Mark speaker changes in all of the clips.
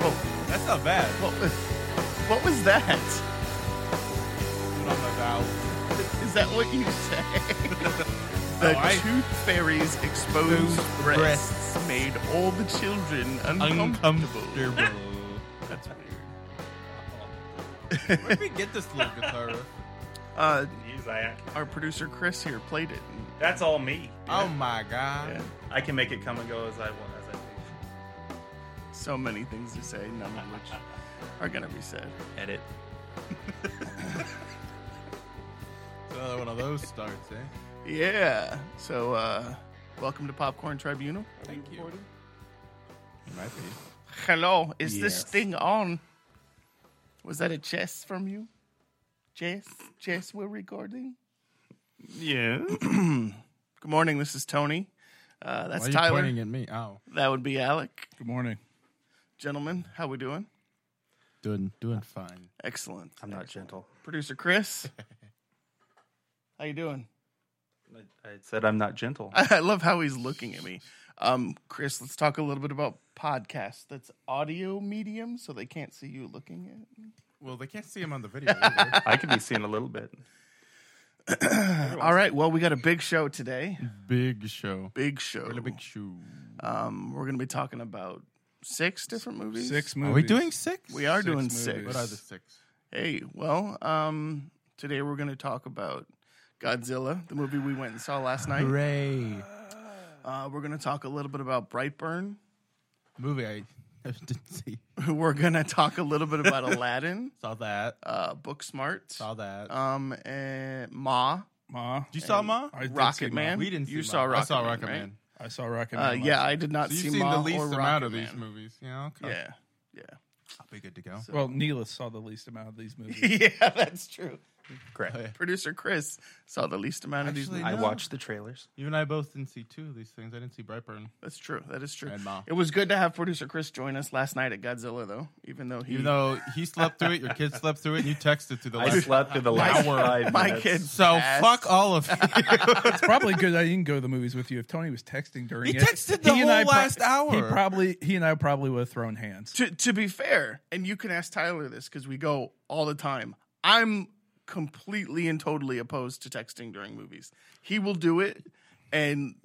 Speaker 1: That's not bad.
Speaker 2: What was, what was that?
Speaker 1: Put on my bow.
Speaker 2: Is that what you say? the
Speaker 1: No, I-
Speaker 2: tooth fairy's exposed
Speaker 1: Those
Speaker 2: breasts, made all the children uncomfortable.
Speaker 1: Uncomfortable.
Speaker 2: That's weird.
Speaker 1: Where'd we get this little guitar?
Speaker 2: Uh,
Speaker 3: Jeez, I-
Speaker 2: our producer Chris here played it.
Speaker 3: that's all me.
Speaker 2: Um,
Speaker 1: Oh my god.
Speaker 2: Yeah,
Speaker 3: I can make it come and go as I want. As I please.
Speaker 2: so many things to say, none of which are gonna be said.
Speaker 3: Edit.
Speaker 1: So Another one of those starts, eh?
Speaker 2: Yeah. So, uh, welcome to Popcorn Tribunal.
Speaker 1: Thank you. It might be.
Speaker 2: Hello, is this
Speaker 1: Yes.
Speaker 2: thing on? Was that a chess from you? Chess, chess. We're recording.
Speaker 3: Yeah.
Speaker 2: Good morning. This is Tony. Uh, that's
Speaker 1: Why are you
Speaker 2: Tyler.
Speaker 1: pointing at me? Oh.
Speaker 2: That would be Alec.
Speaker 1: Good morning.
Speaker 2: Gentlemen, how we doing?
Speaker 1: Doing doing fine.
Speaker 2: Excellent.
Speaker 3: I'm not gentle.
Speaker 2: Producer Chris, how you doing?
Speaker 3: I, I said I'm not gentle.
Speaker 2: I love how he's looking at me. Um, Chris, let's talk a little bit about podcasts. That's audio medium, so they can't see you looking at me.
Speaker 1: Well, they can't see him on the video. either.
Speaker 3: I can be seen a little bit.
Speaker 2: All right, well, we got a big show today.
Speaker 1: big show.
Speaker 2: Big show.
Speaker 1: Really big show.
Speaker 2: Um, we're going to be talking about six different movies.
Speaker 4: Six
Speaker 1: Are
Speaker 4: movies.
Speaker 1: we doing six?
Speaker 2: We are doing
Speaker 4: movies.
Speaker 2: six.
Speaker 1: What are the six?
Speaker 2: Hey, well, um, today we're going to talk about Godzilla, the movie we went and saw last night.
Speaker 1: Hooray.
Speaker 2: Uh, we're going to talk a little bit about Brightburn.
Speaker 1: Movie I didn't see.
Speaker 2: We're gonna talk a little bit about Aladdin,
Speaker 1: Saw that.
Speaker 2: uh, Booksmart,
Speaker 1: Saw that.
Speaker 2: um, and Ma,
Speaker 4: Ma.
Speaker 1: you saw Ma?
Speaker 4: I did see
Speaker 2: Rocket
Speaker 4: Ma.
Speaker 2: Man.
Speaker 1: we didn't see
Speaker 2: You
Speaker 1: Ma.
Speaker 2: saw
Speaker 1: I
Speaker 2: Rocket
Speaker 1: saw
Speaker 2: Man,
Speaker 1: Rocket
Speaker 2: right?
Speaker 1: Man.
Speaker 4: I saw Rocket Man.
Speaker 2: Uh,
Speaker 4: last
Speaker 2: yeah,
Speaker 4: night.
Speaker 2: I did not
Speaker 1: So
Speaker 2: see
Speaker 1: you've seen
Speaker 2: Ma
Speaker 1: the least
Speaker 2: or
Speaker 1: amount
Speaker 2: Rocket
Speaker 1: of these
Speaker 2: Man.
Speaker 1: movies. Yeah, okay.
Speaker 2: Yeah, yeah,
Speaker 1: I'll be good to go.
Speaker 2: So-
Speaker 4: Well, Neela saw the least amount of these movies.
Speaker 2: yeah. That's true. Oh,
Speaker 3: Great.
Speaker 1: Okay.
Speaker 2: Producer Chris saw the least amount of these.
Speaker 1: Actually-
Speaker 2: movies.
Speaker 3: I watched the trailers.
Speaker 1: You and I both didn't see two of these things. I didn't see Brightburn.
Speaker 2: That's true. That is true.
Speaker 1: And Ma.
Speaker 2: It was good to have producer Chris join us last night at Godzilla, though, even though he.
Speaker 1: Even though he slept through it, your kid slept through it, and you texted through the
Speaker 3: I
Speaker 1: last
Speaker 3: slept through the last
Speaker 1: hour.
Speaker 3: five
Speaker 2: my
Speaker 3: minutes.
Speaker 2: kids.
Speaker 1: So
Speaker 2: asked-
Speaker 1: fuck all of you.
Speaker 4: It's probably good I didn't go to the movies with you. If Tony was texting during
Speaker 1: He
Speaker 4: it,
Speaker 1: texted the
Speaker 4: and
Speaker 1: whole
Speaker 4: I
Speaker 1: last hour.
Speaker 4: He probably he and I probably would have thrown hands.
Speaker 2: To, to be fair, and you can ask Tyler this because we go all the time. I'm completely and totally opposed to texting during movies. He will do it, and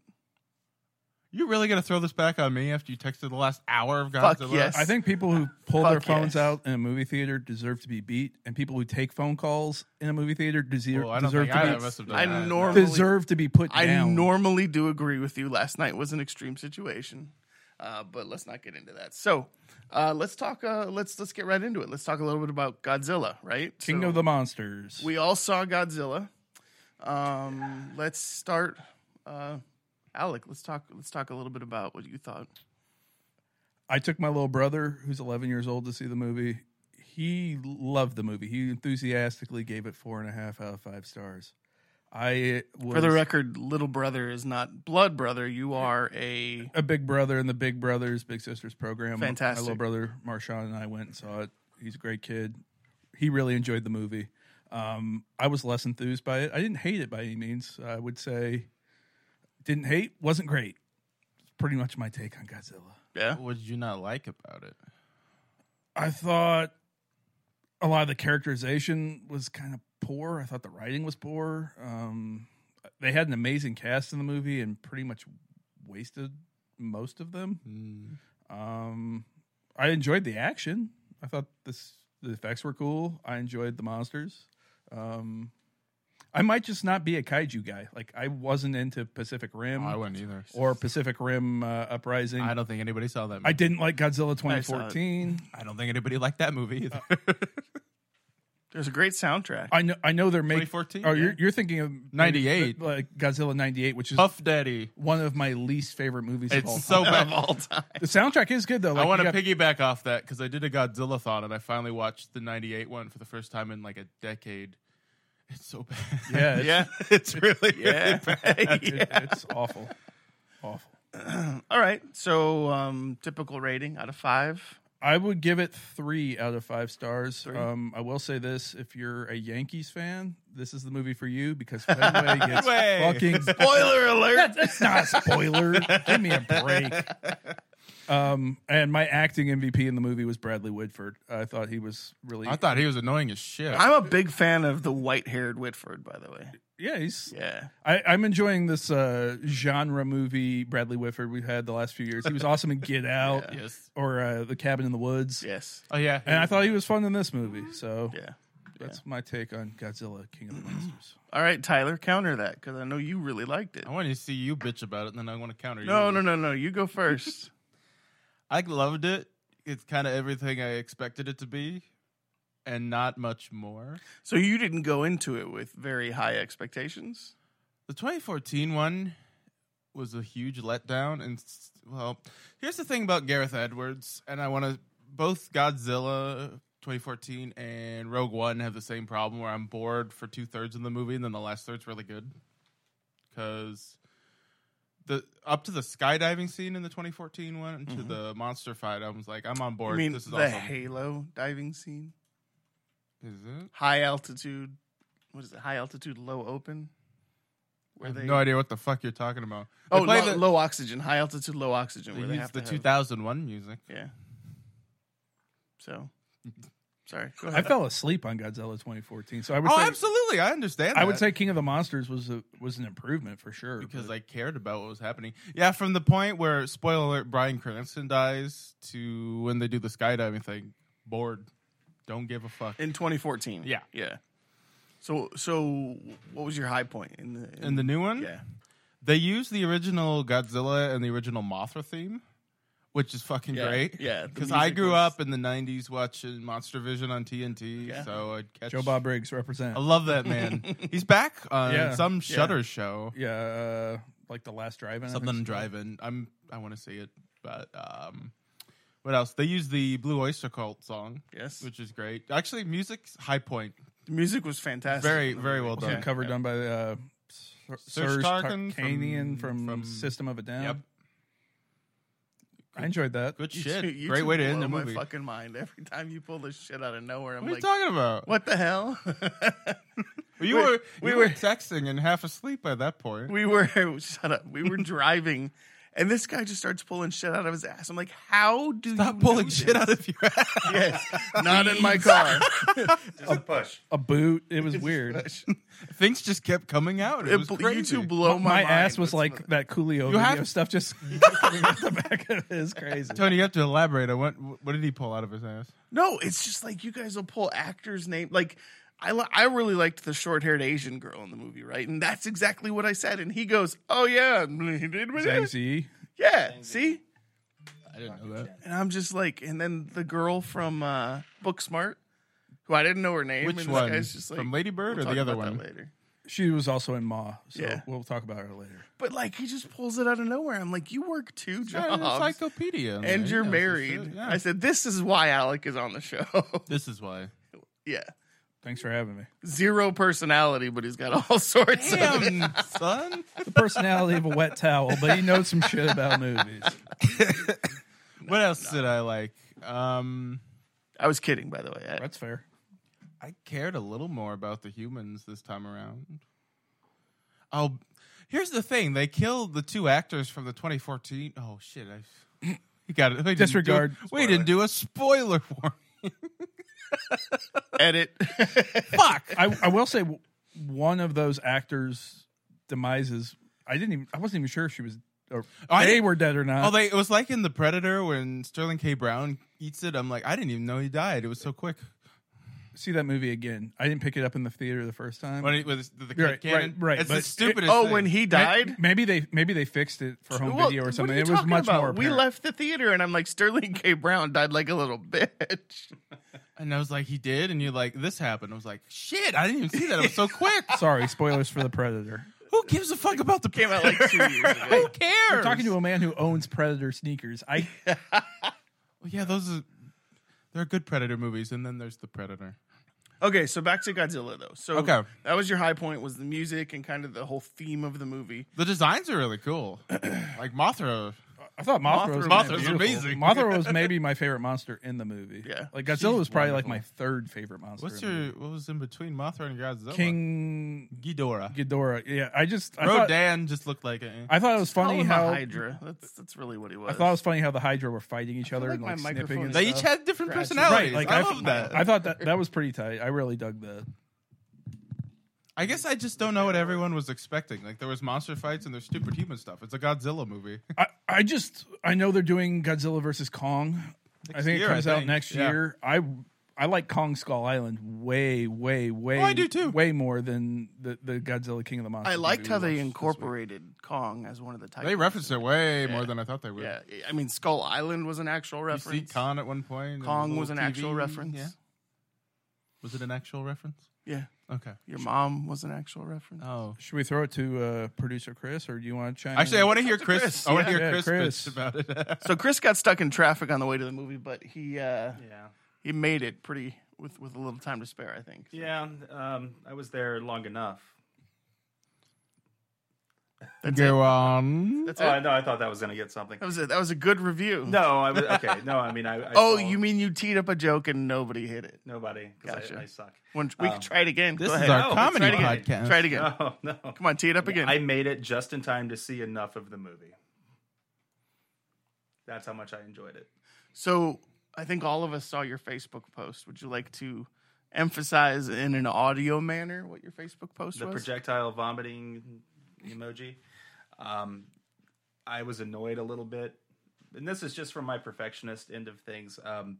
Speaker 1: You're really gonna throw this back on me after you texted the last hour of Godzilla?
Speaker 2: Fuck yes.
Speaker 4: I think people who pull their
Speaker 2: Fuck
Speaker 4: phones
Speaker 2: yes.
Speaker 4: out in a movie theater deserve to be beat, and people who take phone calls in a movie theater deserve
Speaker 1: Oh, I don't
Speaker 4: deserve
Speaker 1: think either
Speaker 4: to
Speaker 1: of us have done
Speaker 2: I
Speaker 1: that.
Speaker 4: be
Speaker 2: normally
Speaker 4: deserve to be put
Speaker 2: I
Speaker 4: down.
Speaker 2: normally do agree with you. Last night was an extreme situation, uh, but let's not get into that. So uh, let's talk. Uh, let's let's get right into it. Let's talk a little bit about Godzilla, right?
Speaker 4: King
Speaker 2: So
Speaker 4: of the Monsters.
Speaker 2: We all saw Godzilla. Um, let's start. Uh, Alec, let's talk. Let's talk a little bit about what you thought.
Speaker 4: I took my little brother, who's 11 years old, to see the movie. He loved the movie. He enthusiastically gave it four and a half out of five stars. I was
Speaker 2: For the record, little brother is not blood brother. You are a
Speaker 4: a big brother in the Big Brothers Big Sisters program.
Speaker 2: Fantastic.
Speaker 4: My little brother Marshawn and I went and saw it. He's a great kid. He really enjoyed the movie. Um, I was less enthused by it. I didn't hate it by any means. I would say didn't hate, wasn't great. It's pretty much my take on Godzilla.
Speaker 2: yeah.
Speaker 1: What did you not like about it?
Speaker 4: I thought a lot of the characterization was kind of poor. I thought the writing was poor. Um, they had an amazing cast in the movie and pretty much wasted most of them.
Speaker 1: Mm.
Speaker 4: Um, I enjoyed the action. I thought this the effects were cool. I enjoyed the monsters. Um, I might just not be a kaiju guy. Like I wasn't into Pacific Rim
Speaker 1: I wouldn't either.
Speaker 4: or Pacific Rim uh, Uprising.
Speaker 1: I
Speaker 4: I,
Speaker 1: don't think anybody saw that. Movie.
Speaker 4: didn't like Godzilla
Speaker 2: I saw it.
Speaker 4: 2014.
Speaker 1: I don't think anybody liked that movie either.
Speaker 2: There's a great soundtrack.
Speaker 4: I know. I know they're making.
Speaker 1: 2014?
Speaker 4: Oh,
Speaker 1: Yeah.
Speaker 4: you're, you're thinking of maybe
Speaker 1: 98.
Speaker 4: the- like Godzilla '98, which is
Speaker 1: Puff Daddy.
Speaker 4: one of my least favorite movies of all
Speaker 1: It's
Speaker 4: time.
Speaker 1: so bad.
Speaker 2: of all time.
Speaker 4: The soundtrack is good though. Like,
Speaker 1: I want
Speaker 4: you
Speaker 1: to
Speaker 4: got-
Speaker 1: piggyback off that because I did a Godzilla thon and I finally watched the '98 one for the first time in like a decade. It's so bad.
Speaker 4: Yeah, it's,
Speaker 2: Yeah.
Speaker 1: it's really
Speaker 2: Yeah.
Speaker 1: really bad.
Speaker 4: it- it's awful, awful.
Speaker 2: All right. So um, typical rating out of five.
Speaker 4: I would give it three out of five stars. Um, I will say this: if you're a Yankees fan, this is the movie for you because Fenway gets
Speaker 1: Fenway.
Speaker 4: fucking.
Speaker 2: Spoiler alert.
Speaker 4: That's not a spoiler. Give me a break. Um, and my acting MVP in the movie was Bradley Whitford. I thought he was really.
Speaker 1: I thought he was annoying as shit.
Speaker 2: I'm a big fan of the white-haired Whitford, by the way.
Speaker 4: yeah, he's.
Speaker 2: Yeah,
Speaker 4: I, I'm enjoying this uh, genre movie Bradley Whitford we've had the last few years. He was awesome in Get Out
Speaker 1: yes.
Speaker 4: or uh, The Cabin in the Woods,
Speaker 2: yes,
Speaker 1: Oh yeah.
Speaker 4: and I thought he was fun in this movie. So
Speaker 2: yeah.
Speaker 4: that's my take on Godzilla King of the Monsters.
Speaker 2: All right, Tyler, counter that because I know you really liked it.
Speaker 1: I want to see you bitch about it, and then I want to counter you.
Speaker 2: No, no, no, no. You go first.
Speaker 1: I loved it. It's kind of everything I expected it to be, and not much more.
Speaker 2: so you didn't go into it with very high expectations.
Speaker 1: The 2014 one was a huge letdown. And s- well, here's the thing about Gareth Edwards, and I want to both Godzilla 2014 and Rogue One have the same problem where I'm bored for two thirds of the movie, and then the last third's really good because the up to the skydiving scene in the 2014 one and to the monster fight, I was like, I'm on
Speaker 2: I
Speaker 1: board.
Speaker 2: Mm-hmm. mean,
Speaker 1: this is
Speaker 2: the
Speaker 1: awesome.
Speaker 2: Halo diving scene,
Speaker 1: is it?
Speaker 2: high altitude. What is it? High altitude, low open.
Speaker 1: I
Speaker 2: Where
Speaker 1: have
Speaker 2: they?
Speaker 1: no idea what the fuck you're talking about. They
Speaker 2: oh,
Speaker 1: play
Speaker 2: low,
Speaker 1: the,
Speaker 2: low oxygen, high altitude, low oxygen.
Speaker 1: they
Speaker 2: where they
Speaker 1: use
Speaker 2: have
Speaker 1: the
Speaker 2: to
Speaker 1: 2001 music.
Speaker 2: Have, yeah. So, sorry. Go
Speaker 4: I
Speaker 2: ahead.
Speaker 4: fell asleep on Godzilla 2014, so I would
Speaker 1: Oh,
Speaker 4: say
Speaker 1: absolutely, I understand.
Speaker 4: I would
Speaker 1: that.
Speaker 4: say King of the Monsters was a, was an improvement for sure.
Speaker 1: because
Speaker 4: but-
Speaker 1: I cared about what was happening. Yeah, from the point where spoiler alert, Brian Cranston dies to when they do the skydiving thing, bored, don't give a fuck.
Speaker 2: in 2014.
Speaker 1: Yeah.
Speaker 2: yeah. So, so what was your high point in the
Speaker 1: In the new one,
Speaker 2: Yeah,
Speaker 1: they use the original Godzilla and the original Mothra theme, which is fucking
Speaker 2: Yeah,
Speaker 1: great.
Speaker 2: yeah, the
Speaker 1: because I
Speaker 2: music
Speaker 1: grew
Speaker 2: was-
Speaker 1: up in the '90s watching Monster Vision on TNT,
Speaker 2: Yeah.
Speaker 1: so I'd catch
Speaker 4: Joe Bob Briggs represent.
Speaker 1: I love that man. He's back on
Speaker 4: Yeah,
Speaker 1: some
Speaker 4: yeah.
Speaker 1: Shutter show.
Speaker 4: yeah, uh, like the last drive-in. I think
Speaker 1: something
Speaker 4: it's called.
Speaker 1: driving. I'm I want to see it, but um, what else? They use the Blue Oyster Cult song,
Speaker 2: yes.
Speaker 1: which is great. Actually, music's high point.
Speaker 2: The music was fantastic.
Speaker 1: Very very well
Speaker 4: Wasn't
Speaker 1: done.
Speaker 4: it cover done by uh, Sir- Serge
Speaker 1: Serge Tarkin
Speaker 4: Tarkanian
Speaker 1: from-
Speaker 4: from,
Speaker 1: from-
Speaker 4: System of a Down.
Speaker 1: Yep.
Speaker 4: I enjoyed that.
Speaker 1: Good
Speaker 2: You
Speaker 1: shit.
Speaker 2: two- you
Speaker 1: great
Speaker 2: two
Speaker 1: way to end
Speaker 2: blow
Speaker 1: the movie.
Speaker 2: My fucking mind every time you pull this shit out of nowhere. I'm
Speaker 1: what are
Speaker 2: like,
Speaker 1: you talking about?
Speaker 2: what the hell?
Speaker 1: You
Speaker 2: We-
Speaker 1: were you
Speaker 2: we
Speaker 1: were
Speaker 2: were-
Speaker 1: texting and half asleep by that point.
Speaker 2: we were shut up. We were driving, and this guy just starts pulling shit out of his ass. I'm like, how do
Speaker 1: Stop
Speaker 2: you
Speaker 1: pulling shit out of your ass.
Speaker 2: Yes, not in my car.
Speaker 3: Just a push.
Speaker 4: A boot. It was weird.
Speaker 1: Things just kept coming out. It,
Speaker 2: It
Speaker 1: was
Speaker 2: bl-
Speaker 1: crazy.
Speaker 2: you two blow my,
Speaker 4: My,
Speaker 2: mind.
Speaker 4: ass was
Speaker 2: That's
Speaker 4: like
Speaker 2: not-
Speaker 4: that Coolio
Speaker 1: You
Speaker 4: video
Speaker 1: have-
Speaker 4: stuff just coming out the back of his crazy.
Speaker 1: Tony, you have to elaborate on what what did he pull out of his ass?
Speaker 2: no. It's just like you guys will pull actors' name. Like I, li- I really liked the short-haired Asian girl in the movie, right? And that's exactly what I said. And he goes, "Oh yeah,
Speaker 4: Zhang Ziyi.
Speaker 2: yeah." See,
Speaker 1: I didn't know that.
Speaker 2: And I'm just like, and then the girl from uh, Booksmart, who I didn't know her name.
Speaker 1: Which
Speaker 2: and this
Speaker 1: one?
Speaker 2: guy's just like-
Speaker 1: From Lady Bird or
Speaker 2: we'll talk
Speaker 1: the other
Speaker 2: about that
Speaker 1: one?
Speaker 2: later.
Speaker 4: She was also in Ma, so
Speaker 2: Yeah.
Speaker 4: we'll talk about her later.
Speaker 2: But like, he just pulls it out of nowhere. I'm like, you work two
Speaker 1: Yeah, an
Speaker 2: jobs
Speaker 1: encyclopedia. in
Speaker 2: and
Speaker 1: there.
Speaker 2: you're
Speaker 1: Yeah, that's it.
Speaker 2: married.
Speaker 1: Yeah.
Speaker 2: I said, this is why Alec is on the show.
Speaker 1: This is why.
Speaker 2: yeah,
Speaker 4: Thanks for having me.
Speaker 2: zero personality, but he's got all sorts. of
Speaker 1: Damn, son.
Speaker 4: The personality of a wet towel, but he knows some shit about movies.
Speaker 1: what else did I like? Um,
Speaker 2: I was kidding, by the way. I,
Speaker 4: That's fair.
Speaker 1: I cared a little more about the humans this time around. Oh, here's the thing: they killed the two actors from the 2014. Oh shit! I you got it. We didn't do-
Speaker 4: Disregard.
Speaker 1: we didn't do a spoiler warning.
Speaker 2: edit.
Speaker 1: Fuck.
Speaker 4: I, I will say w- one of those actors' demises. I didn't even. I wasn't even sure if she was. Or
Speaker 1: I
Speaker 4: they
Speaker 1: didn't-
Speaker 4: were dead or not.
Speaker 1: Oh, they, it was like in The Predator when Sterling K. Brown eats it. I'm like, I didn't even know he died. It was so quick.
Speaker 4: see that movie again. I didn't pick it up in the theater the first time.
Speaker 1: When he, with the, the
Speaker 4: Right,
Speaker 1: cannon.
Speaker 4: right, right,
Speaker 1: It's the
Speaker 4: but-
Speaker 1: stupidest.
Speaker 2: oh,
Speaker 1: thing.
Speaker 2: when he
Speaker 4: May-
Speaker 2: died.
Speaker 4: Maybe they maybe they fixed it for home
Speaker 2: Well,
Speaker 4: video or
Speaker 2: what
Speaker 4: something.
Speaker 2: are you
Speaker 4: It was
Speaker 2: talking
Speaker 4: much
Speaker 2: about?
Speaker 4: more.
Speaker 2: We
Speaker 4: apparent.
Speaker 2: left the theater, and I'm like, Sterling K. Brown died like a little bitch.
Speaker 1: And I was like, he did, and you're like, this happened. I was like, shit, I didn't even see that. It was so quick.
Speaker 4: Sorry, spoilers for the Predator.
Speaker 1: Who gives a fuck about the
Speaker 2: Came out like two years ago.
Speaker 1: Who cares?
Speaker 4: We're talking to a man who owns Predator sneakers. I
Speaker 1: Well, yeah, those are they're good Predator movies, and then there's the Predator.
Speaker 2: Okay, so back to Godzilla though. So
Speaker 1: Okay.
Speaker 2: that was your high point was the music and kind of the whole theme of the movie.
Speaker 1: The designs are really cool. like Mothra,
Speaker 4: I thought Mothra, was,
Speaker 2: Mothra was
Speaker 4: beautiful.
Speaker 1: amazing.
Speaker 4: Mothra was maybe my favorite monster in the movie.
Speaker 2: Yeah.
Speaker 4: like
Speaker 1: She's
Speaker 4: Godzilla was probably like my
Speaker 1: wonderful.
Speaker 4: third favorite monster.
Speaker 1: What's
Speaker 4: in the
Speaker 1: your what was in between Mothra and Godzilla?
Speaker 4: movie. King
Speaker 1: Ghidorah.
Speaker 4: Ghidorah? Yeah, I just I thought,
Speaker 1: Rodan just looked like it.
Speaker 4: I thought it was
Speaker 2: Call
Speaker 4: funny
Speaker 2: him a
Speaker 4: how
Speaker 2: Hydra. That's that's really what he was.
Speaker 4: I thought it was funny how the Hydra were fighting each
Speaker 2: I feel
Speaker 4: other
Speaker 2: like
Speaker 4: and
Speaker 2: my
Speaker 4: like snipping.
Speaker 2: microphone
Speaker 4: And
Speaker 2: is
Speaker 1: They
Speaker 4: stuff.
Speaker 1: each had different
Speaker 2: Right,
Speaker 1: personalities.
Speaker 4: like,
Speaker 1: I,
Speaker 4: I-
Speaker 1: love that.
Speaker 4: I thought that that was pretty tight. I really dug the.
Speaker 1: I guess I just don't know what everyone was expecting. Like there was monster fights and there's stupid human stuff. It's a Godzilla movie.
Speaker 4: I, I just I know they're doing Godzilla versus Kong. I think
Speaker 1: year,
Speaker 4: it
Speaker 1: I
Speaker 4: comes out
Speaker 1: think.
Speaker 4: next
Speaker 1: Yeah.
Speaker 4: year. I I like Kong Skull Island way way way.
Speaker 1: Oh, I do too.
Speaker 4: Way more than the, the Godzilla King of the Monsters.
Speaker 2: I liked
Speaker 4: movie
Speaker 2: how
Speaker 4: we
Speaker 2: they
Speaker 4: watched this
Speaker 2: incorporated Kong as one of the titles.
Speaker 1: They referenced it way more
Speaker 2: Yeah.
Speaker 1: than I thought they would.
Speaker 2: Yeah, I mean Skull Island was an actual
Speaker 1: You see
Speaker 2: reference.
Speaker 1: Kong at one point. and
Speaker 2: Kong
Speaker 1: the
Speaker 2: was an
Speaker 1: little
Speaker 2: actual
Speaker 1: TV.
Speaker 2: reference.
Speaker 1: Yeah. Was it an actual reference?
Speaker 2: yeah,
Speaker 1: Okay.
Speaker 2: your mom was an actual reference.
Speaker 1: Oh.
Speaker 4: week. Should we throw it to uh, producer Chris, or do you want to chime?
Speaker 1: Actually, I
Speaker 4: in?
Speaker 1: want to hear
Speaker 2: to
Speaker 1: Chris.
Speaker 2: Chris,
Speaker 1: I want
Speaker 2: yeah.
Speaker 1: to hear
Speaker 4: Yeah,
Speaker 1: Chris,
Speaker 4: Chris.
Speaker 1: bitch about it.
Speaker 2: So Chris got stuck in traffic on the way to the movie, but he uh,
Speaker 3: Yeah.
Speaker 2: he made it pretty with with a little time to spare. I think.
Speaker 3: Yeah. Um, I was there long enough.
Speaker 2: That's it.
Speaker 1: Go on.
Speaker 2: That's
Speaker 3: oh, I
Speaker 2: it.
Speaker 3: know. I thought that was going to get something.
Speaker 2: That was it. That was a good review.
Speaker 3: No, I was okay. No, I mean, I. I
Speaker 2: Oh,
Speaker 3: saw
Speaker 2: you mean you teed up a joke and nobody hit it?
Speaker 3: nobody? 'cause
Speaker 2: Gotcha.
Speaker 3: I, I suck.
Speaker 2: One, we
Speaker 3: Um,
Speaker 2: can try it again.
Speaker 1: Oh. This
Speaker 2: Go
Speaker 1: is
Speaker 2: ahead.
Speaker 1: our
Speaker 3: No,
Speaker 1: comedy
Speaker 2: try it
Speaker 1: podcast. Uh.
Speaker 2: Try it again.
Speaker 3: No, no.
Speaker 2: Come on, tee it up again.
Speaker 3: I made it just in time to see enough of the movie. That's how much I enjoyed it.
Speaker 2: so I think all of us saw your Facebook post. Would you like to emphasize in an audio manner what your Facebook post
Speaker 3: the
Speaker 2: was?
Speaker 3: projectile vomiting emoji. Um, I was annoyed a little bit, and this is just from my perfectionist end of things. Um,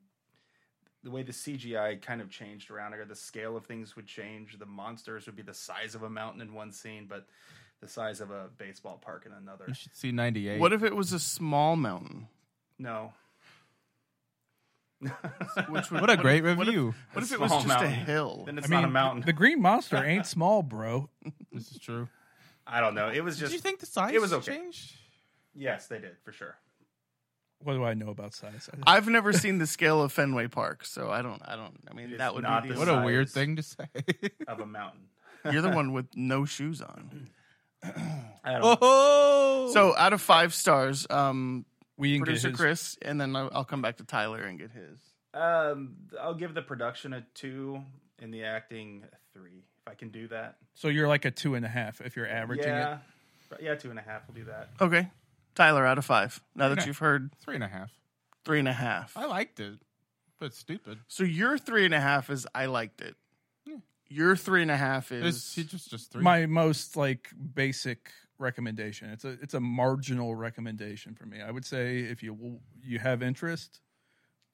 Speaker 3: the way the CGI kind of changed around, or the scale of things would change. The monsters would be the size of a mountain in one scene, but the size of a baseball park in another.
Speaker 1: You should see 98.
Speaker 2: what if it was a small mountain?
Speaker 3: No.
Speaker 2: Which would,
Speaker 1: What a great
Speaker 2: if-
Speaker 1: review.
Speaker 2: What if,
Speaker 3: A
Speaker 2: it was
Speaker 3: small
Speaker 2: just a
Speaker 3: mountain.
Speaker 2: hill?
Speaker 3: Then
Speaker 4: I
Speaker 3: it's
Speaker 4: mean,
Speaker 3: not a mountain.
Speaker 4: The Green Monster ain't small, bro.
Speaker 1: this is true.
Speaker 3: I don't know. It was
Speaker 1: Did you
Speaker 3: just
Speaker 1: think the size
Speaker 3: it was okay.
Speaker 1: changed?
Speaker 3: yes, they did for sure.
Speaker 4: What do I know about size?
Speaker 2: I've never seen the scale of Fenway Park, so I don't. I don't. I mean,
Speaker 3: It's
Speaker 2: that would
Speaker 3: not
Speaker 2: be
Speaker 3: the
Speaker 2: the,
Speaker 1: What a weird
Speaker 3: Size.
Speaker 1: thing to say.
Speaker 3: Of a mountain.
Speaker 2: You're the one with no shoes on.
Speaker 3: I don't know.
Speaker 1: oh.
Speaker 2: So out of five stars, um,
Speaker 4: We didn't
Speaker 2: producer
Speaker 4: get his-
Speaker 2: Chris, and then I'll, I'll come back to Tyler and get his.
Speaker 3: Um, I'll give the production a two and the acting a three, if I can do that.
Speaker 4: So you're like a two and a half if you're averaging it.
Speaker 3: yeah, But yeah, two and a half. We'll do that.
Speaker 2: Okay, Tyler, out of five. Now that
Speaker 1: Okay.
Speaker 2: you've heard
Speaker 1: three and a half.
Speaker 2: three and a half,
Speaker 1: I liked it, but it's stupid.
Speaker 2: so your three and a half is I liked it.
Speaker 1: Yeah.
Speaker 2: Your three and a half
Speaker 1: It's,
Speaker 2: is
Speaker 1: he just just three.
Speaker 4: my most like basic recommendation. It's a it's a marginal recommendation for me. I would say if you you have interest,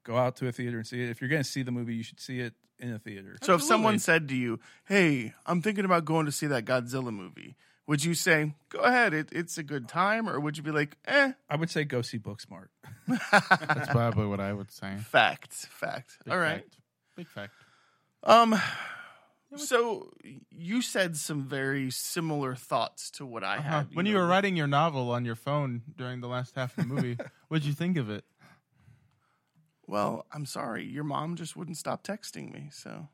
Speaker 4: go out to a theater and see it. If you're going to see the movie, you should see it in a theater.
Speaker 2: so. If someone
Speaker 1: Absolutely.
Speaker 2: said to you, "Hey, I'm thinking about going to see that Godzilla movie," would you say, "Go ahead, it, it's a good time," or would you be like, "Eh"?
Speaker 4: I would say go see Booksmart.
Speaker 1: That's probably what I would say.
Speaker 2: Fact, fact.
Speaker 1: Big
Speaker 2: All right.
Speaker 1: fact. Big fact.
Speaker 2: Um, so you said some very similar thoughts to what I
Speaker 1: Uh-huh.
Speaker 2: had
Speaker 1: When you were writing your novel on your phone during the last half of the movie, what'd you think of it?
Speaker 2: Well, I'm sorry, your mom just wouldn't stop texting me. So,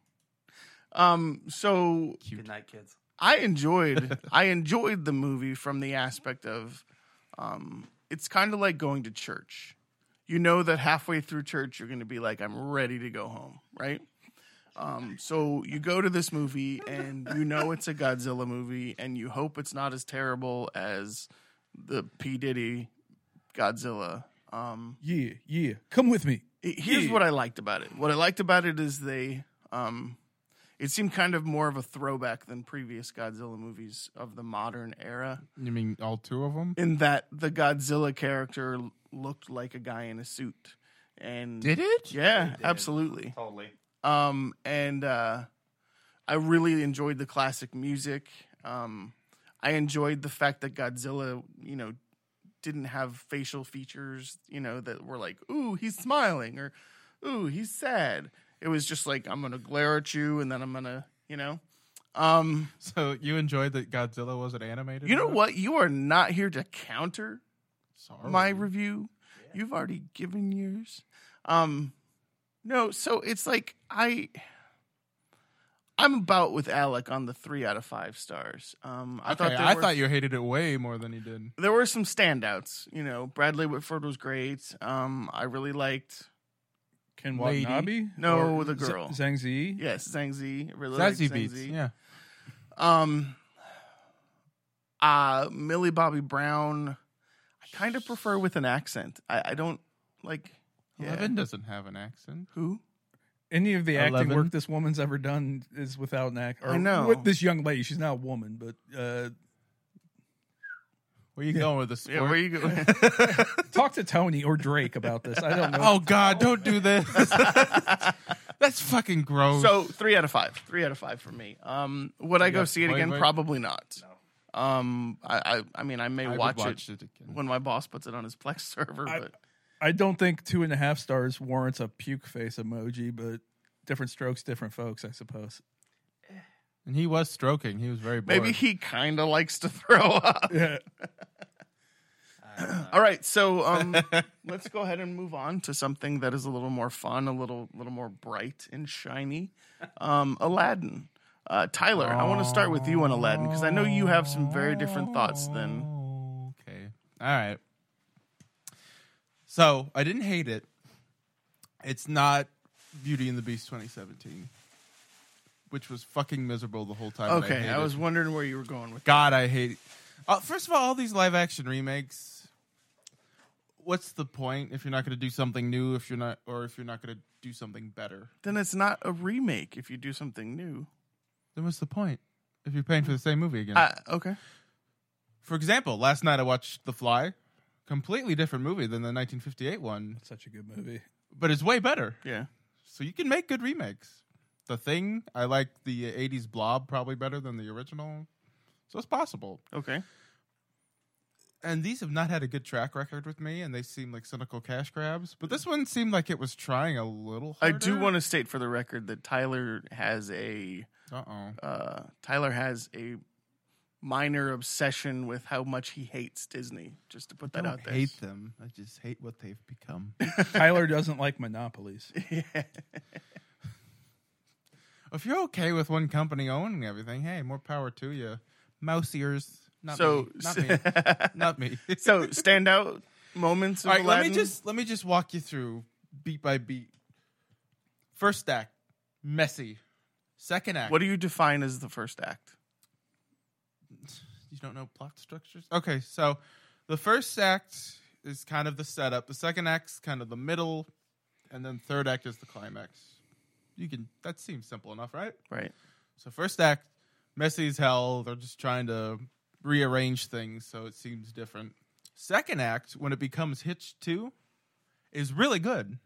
Speaker 2: um, so
Speaker 3: Good night, kids.
Speaker 2: I enjoyed I enjoyed the movie from the aspect of, um, it's kind of like going to church. You know that halfway through church you're going to be like, I'm ready to go home, right? Um, so you go to this movie and you know it's a Godzilla movie and you hope it's not as terrible as the P Diddy Godzilla. Um,
Speaker 4: Yeah, yeah. Come with me.
Speaker 2: it- here's
Speaker 4: Yeah.
Speaker 2: what I liked about it. What I liked about it is they, um, it seemed kind of more of a throwback than previous Godzilla movies of the modern era,
Speaker 1: You mean all two of them?
Speaker 2: in that the Godzilla character l- looked like a guy in a suit, and
Speaker 1: it?
Speaker 2: yeah,
Speaker 3: did.
Speaker 2: absolutely.
Speaker 3: Totally.
Speaker 2: Um, and uh, I really enjoyed the classic music. Um, I enjoyed the fact that Godzilla, you know, didn't have facial features, you know, that were like, ooh, he's smiling or ooh, he's sad. It was just like, I'm going to glare at you and then I'm going to, you know. Um,
Speaker 1: So you enjoyed that Godzilla wasn't animated?
Speaker 2: you know
Speaker 1: enough?
Speaker 2: what? You are not here to counter
Speaker 1: Sorry.
Speaker 2: my review. You've already given yours. Um no, so it's like I I'm about with Alec on the three out of five stars. Um, I
Speaker 1: I
Speaker 2: thought
Speaker 1: okay,
Speaker 2: there
Speaker 1: I
Speaker 2: were-
Speaker 1: thought you hated it way more than you did.
Speaker 2: there were some standouts. You know, Bradley Whitford was great. Um, I really liked
Speaker 4: Ken
Speaker 1: Lady.
Speaker 4: Watanabe?
Speaker 2: No,
Speaker 4: Or
Speaker 2: the
Speaker 4: Z-
Speaker 2: girl.
Speaker 4: Zhang Zi?
Speaker 2: yes Zhang Zi. I Really liked
Speaker 1: Zazie
Speaker 2: Zhang
Speaker 1: beats,
Speaker 2: Zi.
Speaker 1: yeah.
Speaker 2: Um, uh, Millie Bobby Brown. I kind of prefer with an accent. I, I don't like. Yeah.
Speaker 1: Eleven doesn't have an accent.
Speaker 2: Who?
Speaker 4: Any of the acting
Speaker 1: Eleven.
Speaker 4: work this woman's ever done is without an act. Or
Speaker 2: I know.
Speaker 4: With this young lady, she's not a woman, but uh,
Speaker 1: Where you
Speaker 4: Yeah.
Speaker 1: going with this?
Speaker 2: Yeah, where you go?
Speaker 4: talk to Tony or Drake about this. I don't know.
Speaker 1: oh God, don't do this. That's fucking gross.
Speaker 2: so three out of five. Three out of five for me. Um, would I go
Speaker 1: got
Speaker 2: see it
Speaker 1: Wait,
Speaker 2: again?
Speaker 1: Wait?
Speaker 2: Probably not. Um, I, I, I mean, I may
Speaker 1: I would
Speaker 2: watch,
Speaker 1: watch it
Speaker 2: it,
Speaker 1: again.
Speaker 2: when my boss puts it on his Plex server.
Speaker 4: I-
Speaker 2: but
Speaker 4: I don't think two and a half stars warrants a puke face emoji, but different strokes, different folks, I suppose.
Speaker 1: and he was stroking. He was very bored.
Speaker 2: maybe he kind of likes to throw up.
Speaker 4: Yeah.
Speaker 2: All right, so um, let's go ahead and move on to something that is a little more fun, a little little more bright and shiny. Um, Aladdin, uh, Tyler, I want to start with you on Aladdin because I know you have some very different thoughts than
Speaker 1: Okay. All right. So I didn't hate it. It's not Beauty and the Beast 2017, which was fucking miserable the whole time. and
Speaker 2: okay.
Speaker 1: hated
Speaker 2: I was
Speaker 1: it.
Speaker 2: wondering where you were going with.
Speaker 1: God, I hate. Uh, first of all, all these live action remakes. What's the point if you're not going to do something new? If you're not, or if you're not going to do something better,
Speaker 2: Then it's not a remake if you do something new.
Speaker 1: then what's the point? If you're paying for the same movie again,
Speaker 2: Uh, okay,
Speaker 1: for example, last night I watched The Fly, completely different movie than the 1958 one.
Speaker 4: Such a good movie.
Speaker 1: but it's way better.
Speaker 2: yeah.
Speaker 1: So you can make good remakes. The thing I like the '80s Blob probably better than the original, so it's possible.
Speaker 2: Okay.
Speaker 1: And these have not had a good track record with me, and they seem like cynical cash grabs. But this one seemed like it was trying a little.
Speaker 2: I
Speaker 1: Harder.
Speaker 2: do want to state for the record that Tyler has a
Speaker 1: to. Uh oh.
Speaker 2: uh, Tyler has a minor obsession with how much he hates Disney. Just to put
Speaker 1: I
Speaker 2: that out
Speaker 1: don't
Speaker 2: there.
Speaker 1: hate them. I just hate what they've become.
Speaker 4: Tyler doesn't like monopolies.
Speaker 2: yeah.
Speaker 1: if you're okay with one company owning everything, hey, more power to you. Mouse ears. Not
Speaker 2: so
Speaker 1: me. Not me. Not me.
Speaker 2: so standout moments. Of
Speaker 1: All right, let me
Speaker 2: Aladdin?
Speaker 1: just let me just walk you through beat by beat. First act, messy. Second act,
Speaker 2: What do you define as the first act?
Speaker 1: you don't know plot structures? Okay, so the first act is kind of the setup. The second act's kind of the middle, and then third act is the climax. You can that seems simple enough, right?
Speaker 2: Right.
Speaker 1: So first act, messy as hell. They're just trying to rearrange things so it seems different. Second act, when it becomes Hitch Two, is really good.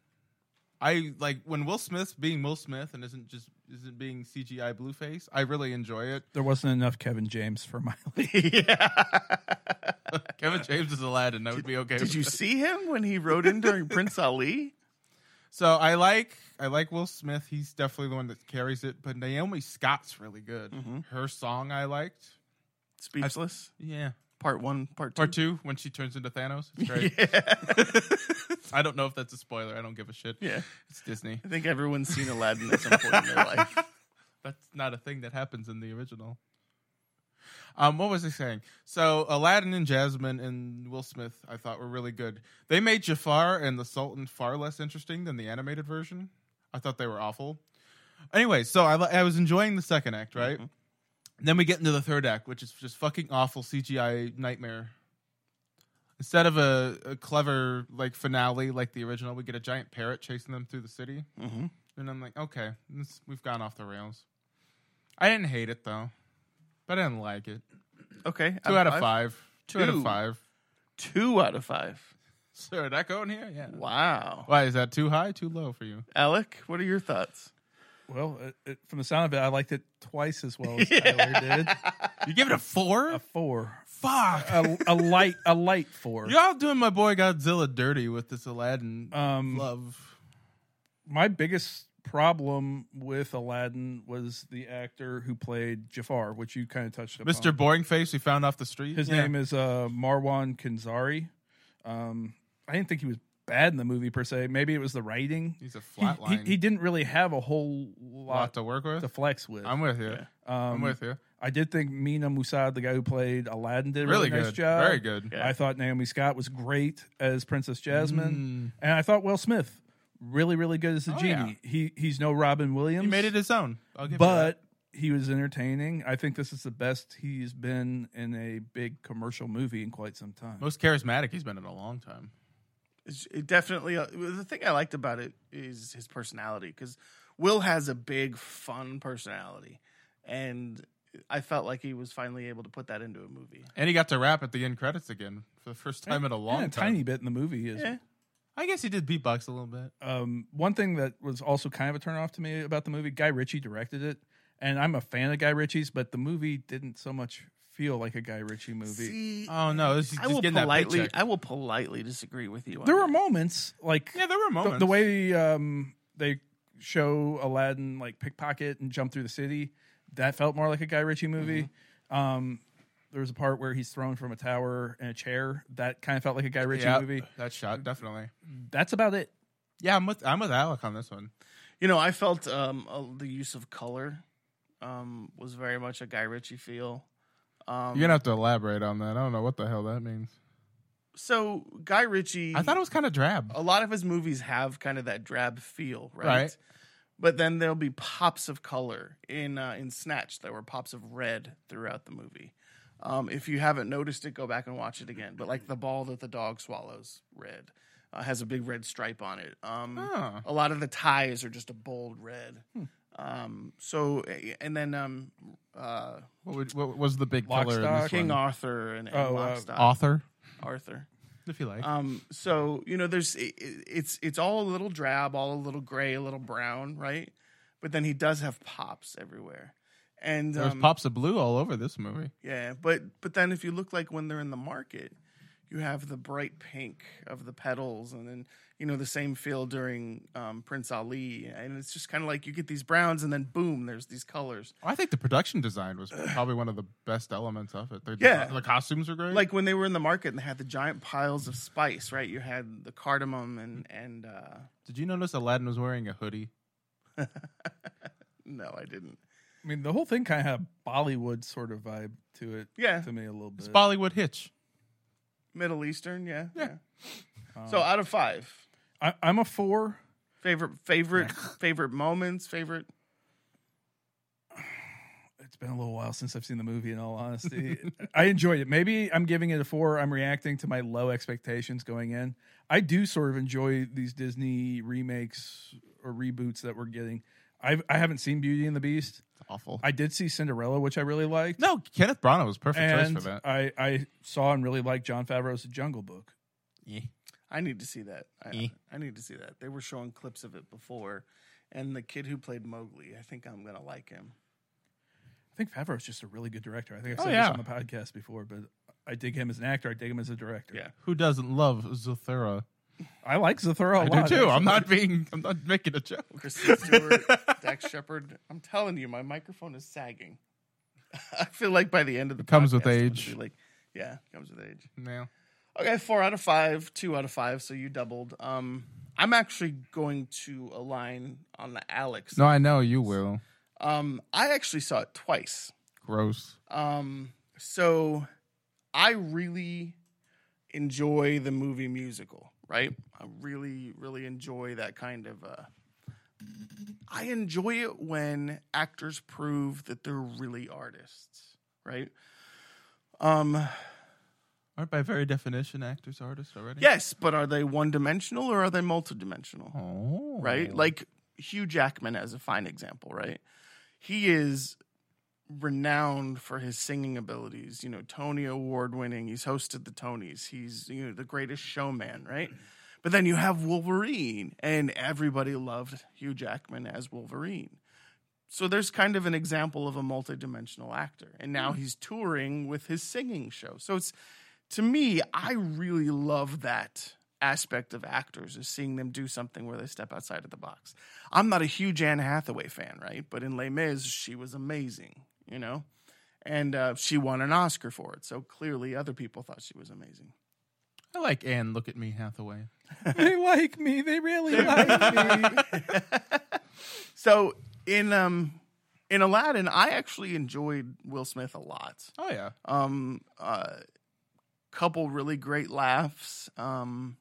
Speaker 1: I like when Will Smith's being Will Smith and isn't just isn't being CGI Blueface. I really enjoy it.
Speaker 4: There wasn't enough Kevin James for my league.
Speaker 2: yeah.
Speaker 1: Kevin James is Aladdin. That would be okay.
Speaker 2: Did
Speaker 1: with
Speaker 2: you
Speaker 1: that.
Speaker 2: see him when he rode in during Prince Ali?
Speaker 1: So I like I like Will Smith. He's definitely the one that carries it. But Naomi Scott's really good.
Speaker 2: Mhm.
Speaker 1: Her song I liked.
Speaker 2: Speechless.
Speaker 1: Yeah.
Speaker 2: Part one. Part two.
Speaker 1: Part two when she turns into Thanos. It's great.
Speaker 2: Yeah.
Speaker 1: I don't know if that's a spoiler. I don't give a shit.
Speaker 2: yeah.
Speaker 1: It's Disney.
Speaker 2: I think everyone's seen Aladdin at some point in their life.
Speaker 1: That's not a thing that happens in the original. Um, what was I saying? So Aladdin and Jasmine and Will Smith, I thought were really good. They made Jafar and the Sultan far less interesting than the animated version. I thought they were awful. Anyway, so I, I was enjoying the second act, right? Then we get into the third act, which is just fucking awful CGI nightmare. Instead of a, a clever like finale like the original, we get a giant parrot chasing them through the city.
Speaker 2: Mm-hmm.
Speaker 1: And I'm like, okay, this, we've gone off the rails. I didn't hate it though, but I didn't like it.
Speaker 2: Okay.
Speaker 1: Two out of five. Two, out of
Speaker 2: Two.
Speaker 1: five.
Speaker 2: Two out of five.
Speaker 1: So did that go in here? Yeah.
Speaker 2: Wow.
Speaker 1: Why is that too high? Too low for you?
Speaker 2: Alec, what are your thoughts?
Speaker 4: Well, it, it, from the sound of it, I liked it twice as well as Tyler did.
Speaker 1: You give it a four?
Speaker 4: A four.
Speaker 1: Fuck.
Speaker 4: A, a light a light four.
Speaker 1: You're all doing my boy Godzilla dirty with this Aladdin
Speaker 4: Um,
Speaker 1: love.
Speaker 4: my biggest problem with Aladdin was the actor who played Jafar, which you kind of touched upon.
Speaker 1: Mr. Boring Face, we found off the street.
Speaker 4: His name is uh, Marwan Kenzari. Um, I didn't think he was bad in the movie per se. Maybe it was the writing.
Speaker 1: He's a
Speaker 4: He,
Speaker 1: flat
Speaker 4: he,
Speaker 1: line.
Speaker 4: he didn't really have a whole
Speaker 1: lot
Speaker 4: lot,
Speaker 1: to work with.
Speaker 4: to flex with.
Speaker 1: I'm with you.
Speaker 2: Yeah.
Speaker 1: I'm
Speaker 4: Um,
Speaker 1: with you.
Speaker 4: I did think Mina Musad, the guy who played Aladdin, did a
Speaker 1: Really
Speaker 4: really,
Speaker 1: good.
Speaker 4: nice job.
Speaker 1: Very good. Mm.
Speaker 2: Yeah.
Speaker 4: I thought Naomi Scott was great as Princess Jasmine, and I thought Will Smith really, really good as the
Speaker 1: Oh,
Speaker 4: genie. He he's no Robin Williams.
Speaker 1: He made it his own. I'll give you that.
Speaker 4: but he was entertaining. I think this is the best he's been in a big commercial movie in quite some time.
Speaker 1: most charismatic he's been in a long time.
Speaker 2: It's- It definitely uh, the thing I liked about it is his personality because Will has a big fun personality, and I felt like he was finally able to put that into a movie.
Speaker 1: And he got to rap at the end credits again for the first time in a long
Speaker 4: And a
Speaker 1: time.
Speaker 4: tiny bit Eh, in the movie is
Speaker 2: Yeah,
Speaker 1: I guess he did beatbox a little bit.
Speaker 4: um, one thing that was also kind of a turnoff to me about the movie, Guy Ritchie directed it, and I'm a fan of Guy Ritchie's, but the movie didn't so much feel like a Guy Ritchie movie.
Speaker 2: see,
Speaker 1: Oh no, this is
Speaker 2: I
Speaker 1: just
Speaker 2: will
Speaker 1: getting
Speaker 2: politely,
Speaker 1: that paycheck.
Speaker 2: I will politely disagree with you. On
Speaker 4: there were
Speaker 2: that.
Speaker 4: moments like
Speaker 1: yeah, there were moments.
Speaker 4: the, the way um, they show Aladdin like pickpocket and jump through the city. That felt more like a Guy Ritchie movie.
Speaker 2: Mm-hmm.
Speaker 4: Um, there was a part where he's thrown from a tower in a chair. That kind of felt like a Guy Ritchie
Speaker 1: yeah,
Speaker 4: movie.
Speaker 1: that shot definitely.
Speaker 4: That's about it.
Speaker 1: Yeah, I'm with I'm with Alec on this one.
Speaker 2: You know, I felt um, uh, the use of color um, was very much a Guy Ritchie feel. Um,
Speaker 1: You're gonna have to elaborate on that. I don't know what the hell that means.
Speaker 2: so Guy Ritchie,
Speaker 1: I thought it was kind of drab.
Speaker 2: a lot of his movies have kind of that drab feel, right?
Speaker 1: Right.
Speaker 2: But then there'll be pops of color in uh, in Snatch. There were pops of red throughout the movie. Um, if you haven't noticed it, go back and watch it again. But like the ball that the dog swallows, red, uh, has a big red stripe on it. Um,
Speaker 1: Oh.
Speaker 2: a lot of the ties are just a bold red.
Speaker 4: Hmm.
Speaker 2: Um, so and then um, uh,
Speaker 1: What, would, what was the big color in
Speaker 4: Lockstock.
Speaker 1: this
Speaker 2: King
Speaker 1: one?
Speaker 2: Arthur and, and
Speaker 4: Oh, uh,
Speaker 2: Lockstock,
Speaker 1: Author,
Speaker 2: Arthur.
Speaker 1: if you like.
Speaker 2: Um, so you know, there's it, it- it's it's all a little drab, all a little gray, a little brown, right? But then he does have pops everywhere, and
Speaker 1: there was
Speaker 2: um,
Speaker 1: pops of blue all over this movie.
Speaker 2: yeah. But but then if you look like when they're in the market, you have the bright pink of the petals, and then you know the same feel during um, Prince Ali, and it's just kind of like you get these browns, and then boom, there's these colors.
Speaker 1: Oh, I think the production design was probably one of the best elements of it. The,
Speaker 2: Yeah.
Speaker 1: the costumes were great.
Speaker 2: Like when they were in the market and they had the giant piles of spice, right? You had the cardamom and and uh,
Speaker 1: did you notice Aladdin was wearing a hoodie?
Speaker 2: no, I didn't.
Speaker 4: I mean, the whole thing kind of had a Bollywood sort of vibe to it.
Speaker 2: Yeah.
Speaker 4: to me a little bit.
Speaker 1: It's Bollywood Hitch.
Speaker 2: Middle Eastern, yeah, yeah.
Speaker 4: Um,
Speaker 2: So out of five,
Speaker 4: I, I'm a four.
Speaker 2: favorite, favorite, favorite moments, favorite.
Speaker 4: It's been a little while since I've seen the movie. In all honesty, I enjoyed it. Maybe I'm giving it a four. I'm reacting to my low expectations going in. I do sort of enjoy these Disney remakes or reboots that we're getting. I've, I haven't seen Beauty and the Beast.
Speaker 1: It's awful.
Speaker 4: I did see Cinderella, which I really liked.
Speaker 1: no, Kenneth Branagh was perfect
Speaker 4: and
Speaker 1: choice for that.
Speaker 4: I, I saw and really liked John Favreau's The Jungle Book.
Speaker 2: I need to see that. I,
Speaker 1: Eh.
Speaker 2: I need to see that. They were showing clips of it before, and the kid who played Mowgli, I think I'm gonna like him.
Speaker 4: I think Favreau's just a really good director. I think
Speaker 1: Oh,
Speaker 4: I've said
Speaker 1: yeah.
Speaker 4: this on the podcast before, but I dig him as an actor. I dig him as a director.
Speaker 2: Yeah.
Speaker 1: Who doesn't love Zathura?
Speaker 4: I like Zathura a
Speaker 2: Oh,
Speaker 1: I
Speaker 4: lot.
Speaker 1: do too. I'm
Speaker 4: actually.
Speaker 1: not being. I'm not making a joke.
Speaker 2: Kristen Stewart, Dax Shepard. I'm telling you, my microphone is sagging. I feel like by the end of the
Speaker 1: It comes
Speaker 2: podcast,
Speaker 1: with
Speaker 2: I'm gonna
Speaker 1: age.
Speaker 2: be like yeah, it comes with age.
Speaker 1: No.
Speaker 2: Okay, four out of five, two out of five. So you doubled. Um, I'm actually going to align on the Alex.
Speaker 1: No, I know you will.
Speaker 2: Um, I actually saw it twice.
Speaker 1: Gross.
Speaker 2: Um, so I really enjoy the movie musical, right? I really, really enjoy that kind of. Uh, I enjoy it when actors prove that they're really artists, right? Um,
Speaker 1: Aren't by very definition actors artists already?
Speaker 2: yes, but are they one dimensional or are they multidimensional?
Speaker 1: Oh.
Speaker 2: right? Like Hugh Jackman as a fine example, right? He is renowned for his singing abilities, you know, Tony Award winning. He's hosted the Tonys. He's, you know, the greatest showman, right? But then you have Wolverine, and everybody loved Hugh Jackman as Wolverine. So there's kind of an example of a multidimensional actor. And now he's touring with his singing show. So it's to me, I really love that aspect of actors is seeing them do something where they step outside of the box. I'm not a huge Anne Hathaway fan, right? But in Les Mis, she was amazing, you know? And uh, she won an Oscar for it. So clearly other people thought she was amazing.
Speaker 1: I like Anne. Look at me, Hathaway.
Speaker 4: they like me. They really like me.
Speaker 2: So in um in Aladdin, I actually enjoyed Will Smith a lot.
Speaker 1: Oh yeah,
Speaker 2: Um, uh, couple really great laughs. Um,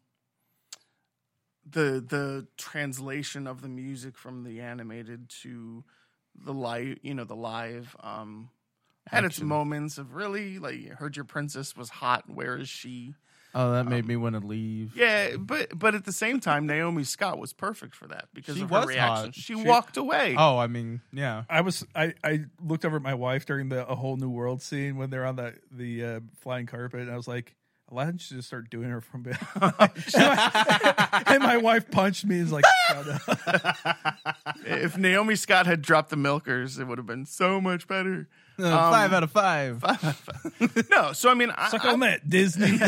Speaker 2: the the translation of the music from the animated to the live, you know, the live um, had its
Speaker 1: Action.
Speaker 2: moments of really like I heard your princess was hot. Where is she?
Speaker 1: Oh, that made me want to leave.
Speaker 2: Um, Yeah, but but at the same time, Naomi Scott was perfect for that because
Speaker 1: She
Speaker 2: of
Speaker 1: was
Speaker 2: her reaction.
Speaker 1: hot.
Speaker 2: She,
Speaker 4: She-
Speaker 2: walked away.
Speaker 1: Oh, I mean, yeah.
Speaker 4: I was I, I looked over at my wife during the a whole new world scene when they're on the the uh, flying carpet, and I was like, Aladdin should just start doing her from behind. and, my, and my wife punched me. Is like, "Shut up."
Speaker 2: if Naomi Scott had dropped the milkers, it would have been so much better.
Speaker 1: Uh,
Speaker 2: Um,
Speaker 1: five out of five.
Speaker 2: no, so I mean, I,
Speaker 4: suck on
Speaker 2: am
Speaker 4: that "Oh, Disney.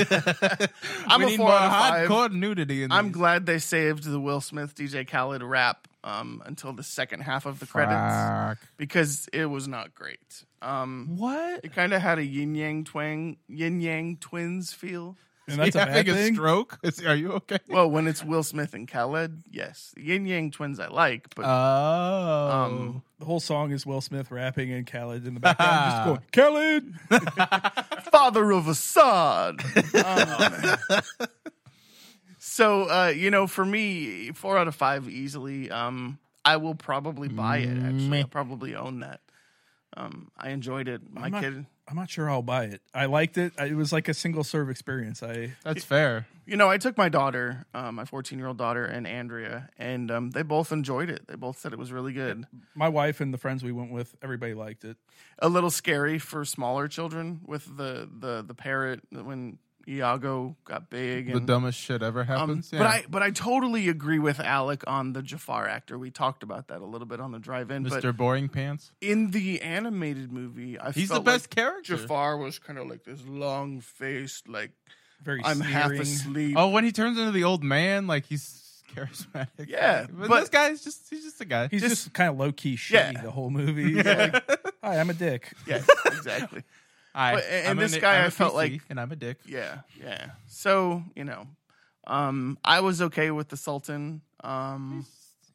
Speaker 2: I'm
Speaker 1: we
Speaker 2: a
Speaker 1: need
Speaker 2: four
Speaker 1: more
Speaker 2: out of five.
Speaker 1: hardcore nudity in
Speaker 2: I'm
Speaker 1: these.
Speaker 2: glad they saved the Will Smith DJ Khaled rap um, until the second half of the credits
Speaker 1: Fuck.
Speaker 2: because it was not great. Um,
Speaker 1: What?
Speaker 2: it kind of had a yin yang twang, yin yang twins feel.
Speaker 4: and that's
Speaker 1: You
Speaker 4: a bad
Speaker 1: having
Speaker 4: thing.
Speaker 1: stroke? Is- are you okay?
Speaker 2: Well, when it's Will Smith and Khaled, yes, yin yang twins I like, but
Speaker 1: Oh.
Speaker 2: um,
Speaker 4: the whole song is Will Smith rapping and Khaled in the background, just going Khaled.
Speaker 2: father of Assad. Um, so uh, you know, for me, four out of five easily. Um, I will probably buy it.
Speaker 4: Mm,
Speaker 2: Actually, I'll probably own that. Um, I enjoyed it. My
Speaker 4: I'm not-
Speaker 2: kid,
Speaker 4: I'm not sure I'll buy it. I liked it. I- It was like a single serve experience. I
Speaker 1: That's fair.
Speaker 2: you know, I took my daughter, uh, my fourteen-year-old daughter, and Andrea, and um, they both enjoyed it. They both said it was really good.
Speaker 4: my wife and the friends we went with, everybody liked it.
Speaker 2: A little scary for smaller children with the the the parrot when Iago got big.
Speaker 1: The
Speaker 2: And,
Speaker 1: dumbest shit ever
Speaker 2: Um,
Speaker 1: happens.
Speaker 2: But
Speaker 1: Yeah.
Speaker 2: I but I totally agree with Alec on the Jafar actor. We talked about that a little bit on the drive-in.
Speaker 1: Mr.
Speaker 2: But
Speaker 1: Boring Pants.
Speaker 2: in the animated movie, I
Speaker 1: He's the
Speaker 2: felt
Speaker 1: best
Speaker 2: like
Speaker 1: character.
Speaker 2: Jafar was kind of like this long faced, like
Speaker 4: Very.
Speaker 2: I'm half
Speaker 4: sneering.
Speaker 2: asleep.
Speaker 1: Oh, when he turns into the old man, like he's charismatic.
Speaker 2: Yeah,
Speaker 1: but,
Speaker 2: but-
Speaker 1: this guy's just—he's just a guy.
Speaker 4: He's just, kind of low key shitty
Speaker 2: Yeah.
Speaker 4: the whole movie. He's like, Hi, I'm a dick.
Speaker 2: yes, exactly.
Speaker 1: I,
Speaker 2: but- and
Speaker 1: I'm
Speaker 2: this
Speaker 1: an-
Speaker 2: guy,
Speaker 1: I'm a
Speaker 2: I felt
Speaker 1: PC,
Speaker 2: like-
Speaker 1: and I'm a dick.
Speaker 2: Yeah, yeah. So you know, um, I was okay with the Sultan. Um,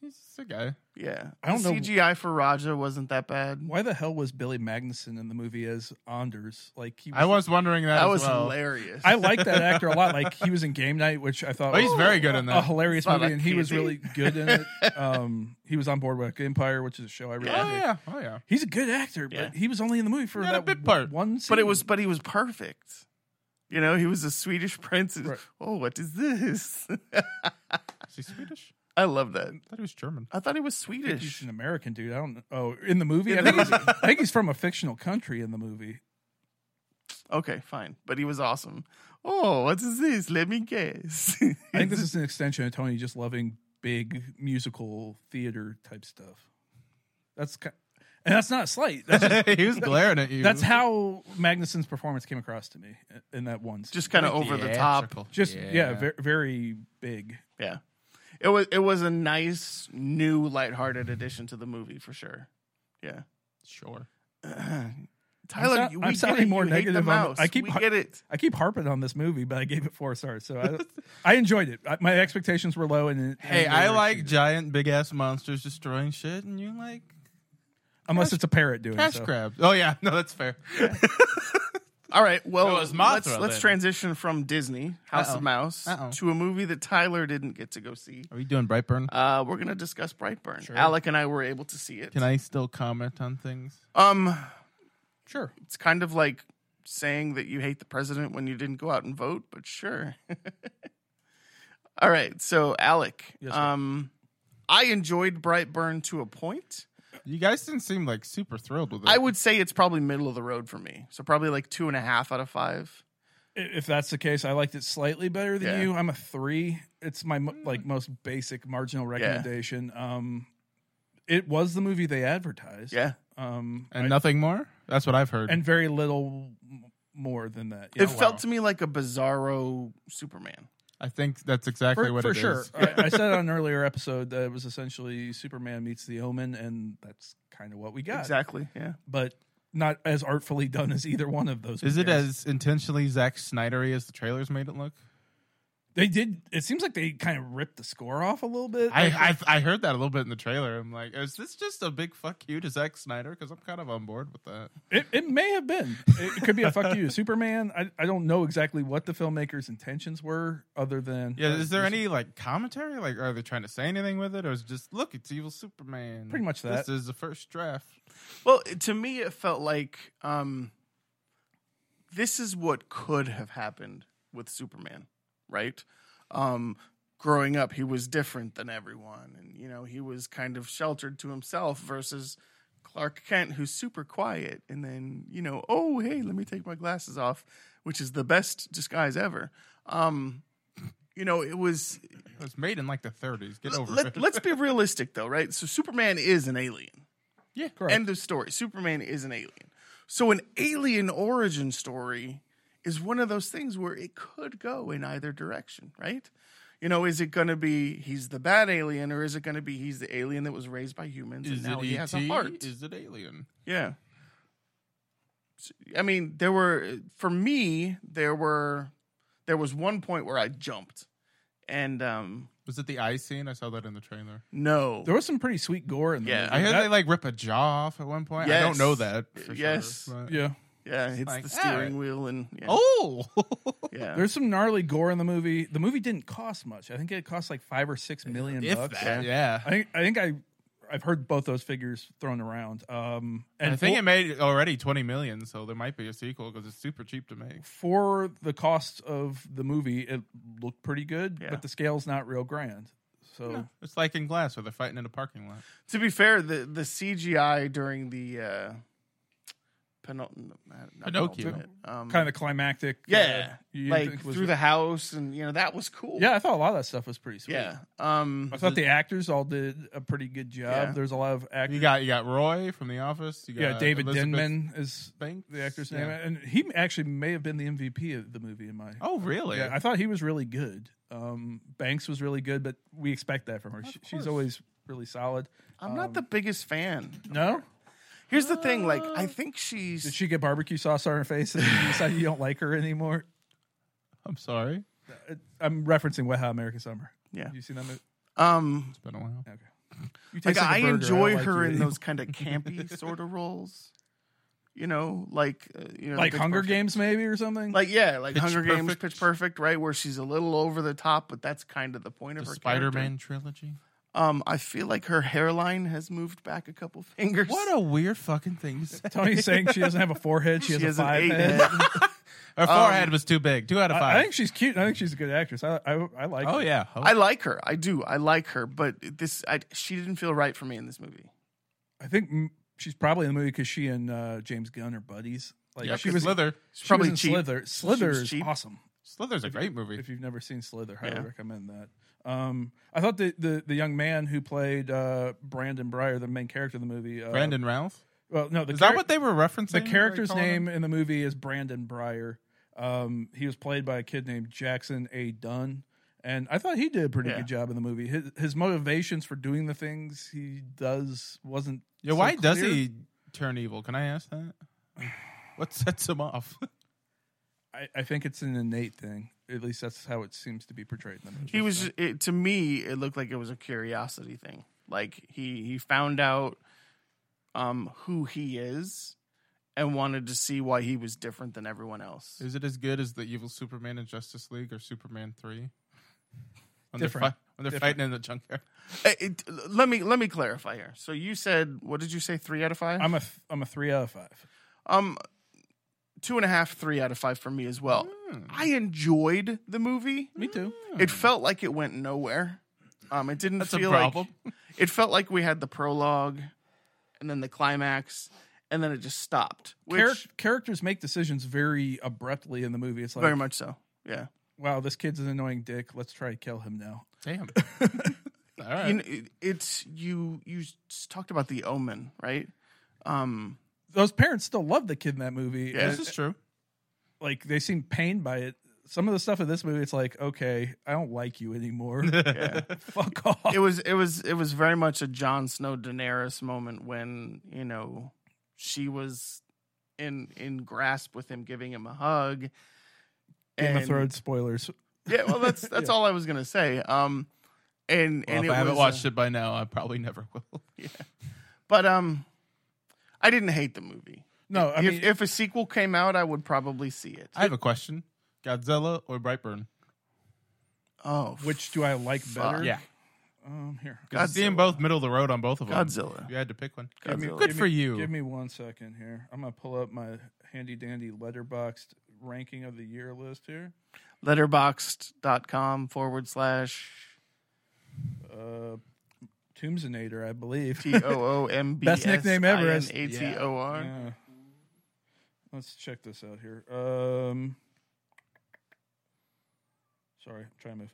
Speaker 1: He's, he's just a guy.
Speaker 2: yeah,
Speaker 4: I don't
Speaker 2: the
Speaker 4: know-
Speaker 2: CGI for Raja wasn't that bad.
Speaker 4: Why the hell was Billy Magnuson in the movie as Anders? Like he was,
Speaker 1: I was wondering that.
Speaker 2: That
Speaker 1: as
Speaker 2: was
Speaker 1: well.
Speaker 2: hilarious.
Speaker 4: I like that actor a lot. Like he was in Game Night, which I thought
Speaker 1: Oh, he's
Speaker 4: was
Speaker 1: very good in
Speaker 4: a
Speaker 1: that.
Speaker 4: hilarious
Speaker 2: It's not
Speaker 4: movie,
Speaker 2: like
Speaker 4: and he was
Speaker 2: TV.
Speaker 4: really good in it. Um, he was on Boardwalk Empire, which is a show I really
Speaker 1: Oh
Speaker 4: like.
Speaker 1: yeah, oh yeah.
Speaker 4: He's a good actor, but
Speaker 2: Yeah.
Speaker 4: he was only in the movie for
Speaker 1: Not a
Speaker 4: that
Speaker 1: big
Speaker 4: one-
Speaker 1: part.
Speaker 4: one. Scene.
Speaker 2: But it was, but he was perfect. You know, he was a Swedish prince.
Speaker 4: Right.
Speaker 2: Oh, what is this?
Speaker 1: Is he Swedish?
Speaker 2: I love that.
Speaker 1: I thought he was German.
Speaker 2: I thought he was
Speaker 4: I think he's
Speaker 2: Swedish.
Speaker 4: an American dude. I don't. know. Oh, in the movie, I think, he's, I think he's from a fictional country in the movie.
Speaker 2: Okay, fine. But he was awesome. Oh, what is this? Let me guess.
Speaker 4: I think this is an extension of Tony just loving big musical theater type stuff. That's ki and that's not a slight. That's just
Speaker 1: he was glaring at you.
Speaker 4: That's how Magnuson's performance came across to me in that one. scene.
Speaker 2: Just kind of over the top.
Speaker 1: Theatrical.
Speaker 4: just yeah, very, very big.
Speaker 2: Yeah. It was it was a nice new lighthearted addition to the movie for sure. Yeah.
Speaker 1: sure.
Speaker 2: Tyler,
Speaker 4: sou-
Speaker 2: you-
Speaker 4: I'm
Speaker 2: we get
Speaker 4: sounding
Speaker 2: it.
Speaker 4: more
Speaker 2: you hate the
Speaker 4: negative on the-
Speaker 2: mouse.
Speaker 4: I keep-
Speaker 2: we get it.
Speaker 4: I keep harping on this movie, but I gave it four stars, so I, I enjoyed it. I, my expectations were low, and, it-
Speaker 1: Hey,
Speaker 4: and they
Speaker 1: I
Speaker 4: were
Speaker 1: like
Speaker 4: exceeded.
Speaker 1: giant, big ass monsters destroying shit, and you like
Speaker 4: unless it's a parrot doing
Speaker 1: cash
Speaker 4: so.
Speaker 1: crabs. Oh yeah, no, that's fair.
Speaker 2: All right. Well,
Speaker 1: It was
Speaker 2: let's,
Speaker 1: Mothra,
Speaker 2: let's
Speaker 1: then.
Speaker 2: transition from Disney House
Speaker 1: Uh-oh.
Speaker 2: of Mouse
Speaker 1: Uh-oh.
Speaker 2: to a movie that Tyler didn't get to go see.
Speaker 1: Are you doing Brightburn?
Speaker 2: Uh, we're gonna discuss Brightburn. Alec and I were able to see it.
Speaker 1: Can I still comment on things?
Speaker 2: Um,
Speaker 4: Sure,
Speaker 2: it's kind of like saying that you hate the president when you didn't go out and vote, but sure. All right, so Alec,
Speaker 4: Yes, sir.
Speaker 2: um, I enjoyed Brightburn to a point.
Speaker 1: You guys didn't seem like super thrilled with it.
Speaker 2: I would say it's probably middle of the road for me, so probably like two and a half out of five.
Speaker 4: I- if that's the case, I liked it slightly better than
Speaker 2: Yeah. Mm.
Speaker 4: you. I'm a three. It's my mo- like most basic marginal recommendation. Um, it was the movie they advertised.
Speaker 2: Yeah,
Speaker 4: Um,
Speaker 1: and
Speaker 4: I-
Speaker 1: nothing more. That's what I've heard.
Speaker 4: and very little m- more than that.
Speaker 2: it
Speaker 4: Yeah.
Speaker 2: felt to me like a bizarro Superman.
Speaker 1: I think that's exactly
Speaker 4: for,
Speaker 1: what
Speaker 4: for
Speaker 1: it is.
Speaker 4: sure. I, I said on an earlier episode that it was essentially Superman meets the Omen, and that's kind of what we got.
Speaker 2: Exactly. Yeah.
Speaker 4: But not as artfully done as either one of those.
Speaker 1: Is it
Speaker 4: movies.
Speaker 1: as intentionally Zack Snydery as the trailers made it look?
Speaker 4: They did. It seems like they kind of ripped the score off a little bit.
Speaker 1: I, I I heard that a little bit in the trailer. I'm like, is this just a big fuck you to Zack Snyder? Because I'm kind of on board with that.
Speaker 4: It, it may have been. It, it could be a fuck you, Superman. I, I don't know exactly what the filmmaker's intentions were, other than
Speaker 1: Yeah,
Speaker 4: uh,
Speaker 1: is there
Speaker 4: this-
Speaker 1: any like commentary? Like, are they trying to say anything with it, or is it just look, it's evil Superman?
Speaker 4: Pretty much that.
Speaker 1: This is the first draft.
Speaker 2: Well, it- to me, it felt like um, this is what could have happened with Superman, right? Um, growing up, he was different than everyone, and you know he was kind of sheltered to himself versus Clark Kent, who's super quiet, and then you know, oh hey, let me take my glasses off, which is the best disguise ever. Um, you know, it was
Speaker 1: It was made in like the 30s. Get
Speaker 2: let-
Speaker 1: over
Speaker 2: let-
Speaker 1: it.
Speaker 2: let's be realistic though, right? So Superman is an alien.
Speaker 4: Yeah, correct.
Speaker 2: End of story. Superman is an alien. So an alien origin story is one of those things where it could go in either direction, right? You know, is it going to be he's the bad alien, or is it going to be he's the alien that was raised by humans
Speaker 1: Is
Speaker 2: and now
Speaker 1: it
Speaker 2: he has a
Speaker 1: ET?
Speaker 2: heart?
Speaker 1: Is it Alien?
Speaker 2: yeah. S- I mean, there were for me there were there was one point where I jumped, and um
Speaker 1: Was it the eye scene? I saw that in the trailer.
Speaker 2: no,
Speaker 4: there was some pretty sweet gore in the
Speaker 2: Yeah,
Speaker 4: movie.
Speaker 1: I heard
Speaker 4: That-
Speaker 1: they like rip a jaw off at one point. I
Speaker 2: Yes.
Speaker 1: don't know that. For
Speaker 2: Yes.
Speaker 1: Sure, but-
Speaker 4: yeah,
Speaker 2: yeah, it's
Speaker 1: like,
Speaker 2: the steering
Speaker 1: ah.
Speaker 2: wheel and yeah,
Speaker 1: Oh,
Speaker 2: yeah.
Speaker 4: there's some gnarly gore in the movie. The movie didn't cost much. I think it cost like five or six million
Speaker 1: if
Speaker 4: bucks.
Speaker 1: that, yeah.
Speaker 4: I think I think I I've heard both those figures thrown around. Um, and
Speaker 1: I think
Speaker 4: for,
Speaker 1: it made already 20 million, so there might be a sequel because it's super cheap to make.
Speaker 4: for the cost of the movie, it looked pretty good,
Speaker 2: Yeah.
Speaker 4: but the scale's not real grand. So
Speaker 1: It's like in Glass where they're fighting in a parking lot.
Speaker 2: To be fair, the the CGI during the uh, penul- not
Speaker 1: Pinocchio.
Speaker 2: penultimate, um,
Speaker 4: kind of the climactic.
Speaker 2: yeah,
Speaker 4: uh, you
Speaker 2: like
Speaker 4: think was-
Speaker 2: through the house, and you know that was cool.
Speaker 4: Yeah, I thought a lot of that stuff was pretty sweet.
Speaker 2: yeah. Um,
Speaker 4: I thought the actors all did a pretty good job.
Speaker 2: Yeah.
Speaker 4: There's a lot of actors.
Speaker 1: You got you got Roy from The Office. You got
Speaker 4: yeah, David
Speaker 1: Elizabeth
Speaker 4: Denman is
Speaker 1: Banks,
Speaker 4: the actor's
Speaker 1: yeah.
Speaker 4: name, and he actually may have been the MVP of the movie in my.
Speaker 1: Oh, really?
Speaker 4: Yeah, I thought he was really good. Um, Banks was really good, but we expect that from her. She, she's always really solid.
Speaker 2: I'm not
Speaker 4: um,
Speaker 2: the biggest fan.
Speaker 4: No,
Speaker 2: Here's the thing: like, I think she's
Speaker 4: Ah. did she get barbecue sauce on her face and you decide you don't like her anymore? Uh,
Speaker 1: I'm sorry.
Speaker 4: I'm referencing Wet Hot American Summer.
Speaker 2: yeah.
Speaker 4: You seen that movie?
Speaker 2: um,
Speaker 1: It's been a while.
Speaker 4: You
Speaker 2: like
Speaker 4: taste
Speaker 2: I
Speaker 4: a burger,
Speaker 2: enjoy
Speaker 4: don't like
Speaker 2: her
Speaker 4: you
Speaker 2: in
Speaker 4: anymore.
Speaker 2: those kind of campy sort of roles. You know, like uh, you know,
Speaker 4: like
Speaker 2: Pitch
Speaker 4: Hunger
Speaker 2: Perfect.
Speaker 4: Games, maybe or something.
Speaker 2: Like yeah, like
Speaker 1: Pitch
Speaker 2: Hunger Games,
Speaker 1: Perfect.
Speaker 2: Pitch Perfect, right? Where she's a little over the top, but that's kind of the point
Speaker 1: The
Speaker 2: of her.
Speaker 1: Spider
Speaker 2: character.
Speaker 1: Man trilogy.
Speaker 2: Um, I feel like her hairline has moved back a couple fingers.
Speaker 1: What a weird fucking thing to say.
Speaker 4: Tony's saying she doesn't have a forehead; she, has, a five
Speaker 2: eight
Speaker 4: head.
Speaker 2: head. Um,
Speaker 1: Her forehead was too big. Two out of five.
Speaker 4: I, I think she's cute. and I think she's a good actress. I I, I like.
Speaker 1: oh
Speaker 4: her.
Speaker 1: yeah.
Speaker 2: I like her. I do. I like her, but this I, she didn't feel right for me in this movie.
Speaker 4: I think mm, she's probably in the movie because she and uh, James Gunn are buddies. Like
Speaker 1: yeah,
Speaker 4: she was
Speaker 1: Slither.
Speaker 2: She's
Speaker 4: she
Speaker 2: probably
Speaker 4: was in
Speaker 2: cheap.
Speaker 4: Slither. Slither
Speaker 2: was
Speaker 4: is
Speaker 2: cheap.
Speaker 4: awesome.
Speaker 1: Slither's a great movie.
Speaker 4: If you've never seen Slither, highly
Speaker 2: Yeah.
Speaker 4: recommend that. Um, I thought the, the the young man who played uh, Brandon Breyer, the main character in the movie, uh,
Speaker 1: Brandon Ralph.
Speaker 4: Well, no, the
Speaker 1: Is
Speaker 4: charac-
Speaker 1: that what they were referencing?
Speaker 4: the character's
Speaker 1: They call him?
Speaker 4: name in the movie is Brandon Breyer. Um, he was played by a kid named Jackson A. Dunn, and I thought he did a pretty
Speaker 2: Yeah.
Speaker 4: good job in the movie. His, his motivations for doing the things he does wasn't.
Speaker 1: Yeah.
Speaker 4: so
Speaker 1: Why does
Speaker 4: clear.
Speaker 1: he turn evil? Can I ask that? What sets him off?
Speaker 4: I, I think it's an innate thing. At least that's how it seems to be portrayed in the movie.
Speaker 2: He was it, to me. It looked like it was a curiosity thing. Like he he found out um who he is and wanted to see why he was different than everyone else.
Speaker 1: Is it as good as the evil Superman in Justice League or Superman Three? When They're
Speaker 4: Different.
Speaker 1: fi- when they're
Speaker 4: Different.
Speaker 1: fighting in the junkyard.
Speaker 2: Uh, it- let me let me clarify here. So you said what did you say? Three out of five.
Speaker 4: I'm a th- I'm a three out of five.
Speaker 2: Um, two and a half, three out of five for me as well.
Speaker 1: Hmm.
Speaker 2: I enjoyed the movie.
Speaker 4: Me too.
Speaker 2: It felt like it went nowhere. Um, it didn't
Speaker 1: That's a
Speaker 2: feel
Speaker 1: problem.
Speaker 2: like it felt like we had the prologue, and then the climax, and then it just stopped. Which
Speaker 4: Charac- characters make decisions very abruptly in the movie. It's like,
Speaker 2: very much so. Yeah,
Speaker 4: wow, this kid's an annoying dick. Let's try to kill him now.
Speaker 1: Damn. All right.
Speaker 2: you know, it, it's you. You s- talked about the Omen, right? Um,
Speaker 4: Those parents still love the kid in that movie.
Speaker 2: Yeah.
Speaker 1: this is true.
Speaker 4: like they seem pained by it. Some of the stuff in this movie, it's like, okay, I don't like you anymore.
Speaker 2: yeah.
Speaker 4: Fuck off.
Speaker 2: it was it was it was very much a Jon Snow Daenerys moment when you know she was in in grasp with him giving him a hug.
Speaker 4: Game
Speaker 2: and
Speaker 4: of Thrones spoilers.
Speaker 2: Yeah, well, that's that's all I was gonna say. Um, and
Speaker 1: Well,
Speaker 2: and
Speaker 1: if I
Speaker 2: it
Speaker 1: haven't
Speaker 2: was, uh,
Speaker 1: watched it by now, I probably never will.
Speaker 2: but um, I didn't hate the movie.
Speaker 4: No, I
Speaker 2: if,
Speaker 4: mean,
Speaker 2: if a sequel came out, I would probably see it.
Speaker 1: I have a question: Godzilla or Brightburn?
Speaker 2: oh,
Speaker 4: which do I like
Speaker 2: Fuck.
Speaker 4: better?
Speaker 2: Yeah.
Speaker 4: Um, here.
Speaker 1: I see them
Speaker 2: Godzilla.
Speaker 1: both middle of the road on both of them.
Speaker 2: Godzilla.
Speaker 1: You had to pick one.
Speaker 4: Give me-
Speaker 2: Godzilla.
Speaker 1: Good
Speaker 4: give
Speaker 1: for
Speaker 4: me-
Speaker 1: you.
Speaker 4: Give me one second here. I'm gonna pull up my handy dandy letterboxed ranking of the year list here.
Speaker 2: letterboxed.com forward slash
Speaker 4: Uh, Tombsinator, I believe.
Speaker 2: T O O M B.
Speaker 4: Best nickname ever is-
Speaker 2: A T O R.
Speaker 4: Yeah. Let's check this out here. Um, sorry, I'm trying to move.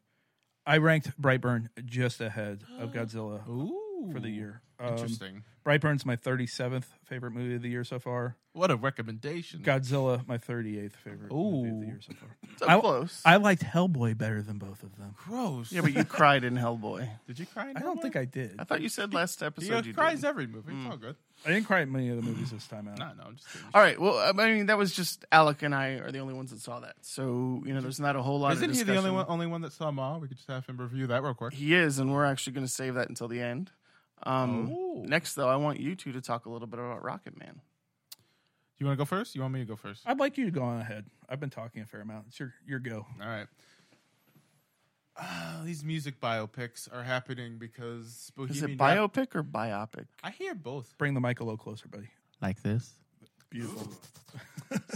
Speaker 4: I ranked Brightburn just ahead of Godzilla
Speaker 1: Ooh,
Speaker 4: for the year. Um,
Speaker 1: Interesting.
Speaker 4: Brightburn's my 37th favorite movie of the year so far.
Speaker 1: What a recommendation.
Speaker 4: Godzilla, my 38th favorite movie of
Speaker 1: Ooh.
Speaker 4: the year so far.
Speaker 2: So
Speaker 4: I-
Speaker 2: close.
Speaker 4: I liked Hellboy better than both of them.
Speaker 1: Gross.
Speaker 2: yeah, but you cried in Hellboy.
Speaker 1: did you cry?
Speaker 4: I don't think I did.
Speaker 2: I thought you said last
Speaker 1: He
Speaker 2: episode you
Speaker 1: cries
Speaker 2: did.
Speaker 1: every movie. It's all good.
Speaker 4: I didn't cry at many of the movies this time out.
Speaker 1: No, no, I'm just kidding.
Speaker 2: All right. Well, um, I mean, that was just Alec and I are the only ones that saw that. So you know, there's not a whole lot.
Speaker 1: Isn't
Speaker 2: of
Speaker 1: he
Speaker 2: discussion.
Speaker 1: the only one, only one that saw Ma? We could just have him review that real quick.
Speaker 2: He is, and we're actually going to save that until the end. Um,
Speaker 1: Oh.
Speaker 2: Next, though, I want you two to talk a little bit about Rocket Man.
Speaker 1: You want to go first? You want me to go first?
Speaker 4: I'd like you to go on ahead. I've been talking a fair amount. It's your your go.
Speaker 1: All right. Ah, these music biopics are happening because
Speaker 2: Is
Speaker 1: Bohemian
Speaker 2: it
Speaker 1: Rhap-
Speaker 2: biopic or biopic?
Speaker 1: I hear both.
Speaker 4: Bring the mic a little closer, buddy.
Speaker 1: Like this.
Speaker 4: Beautiful.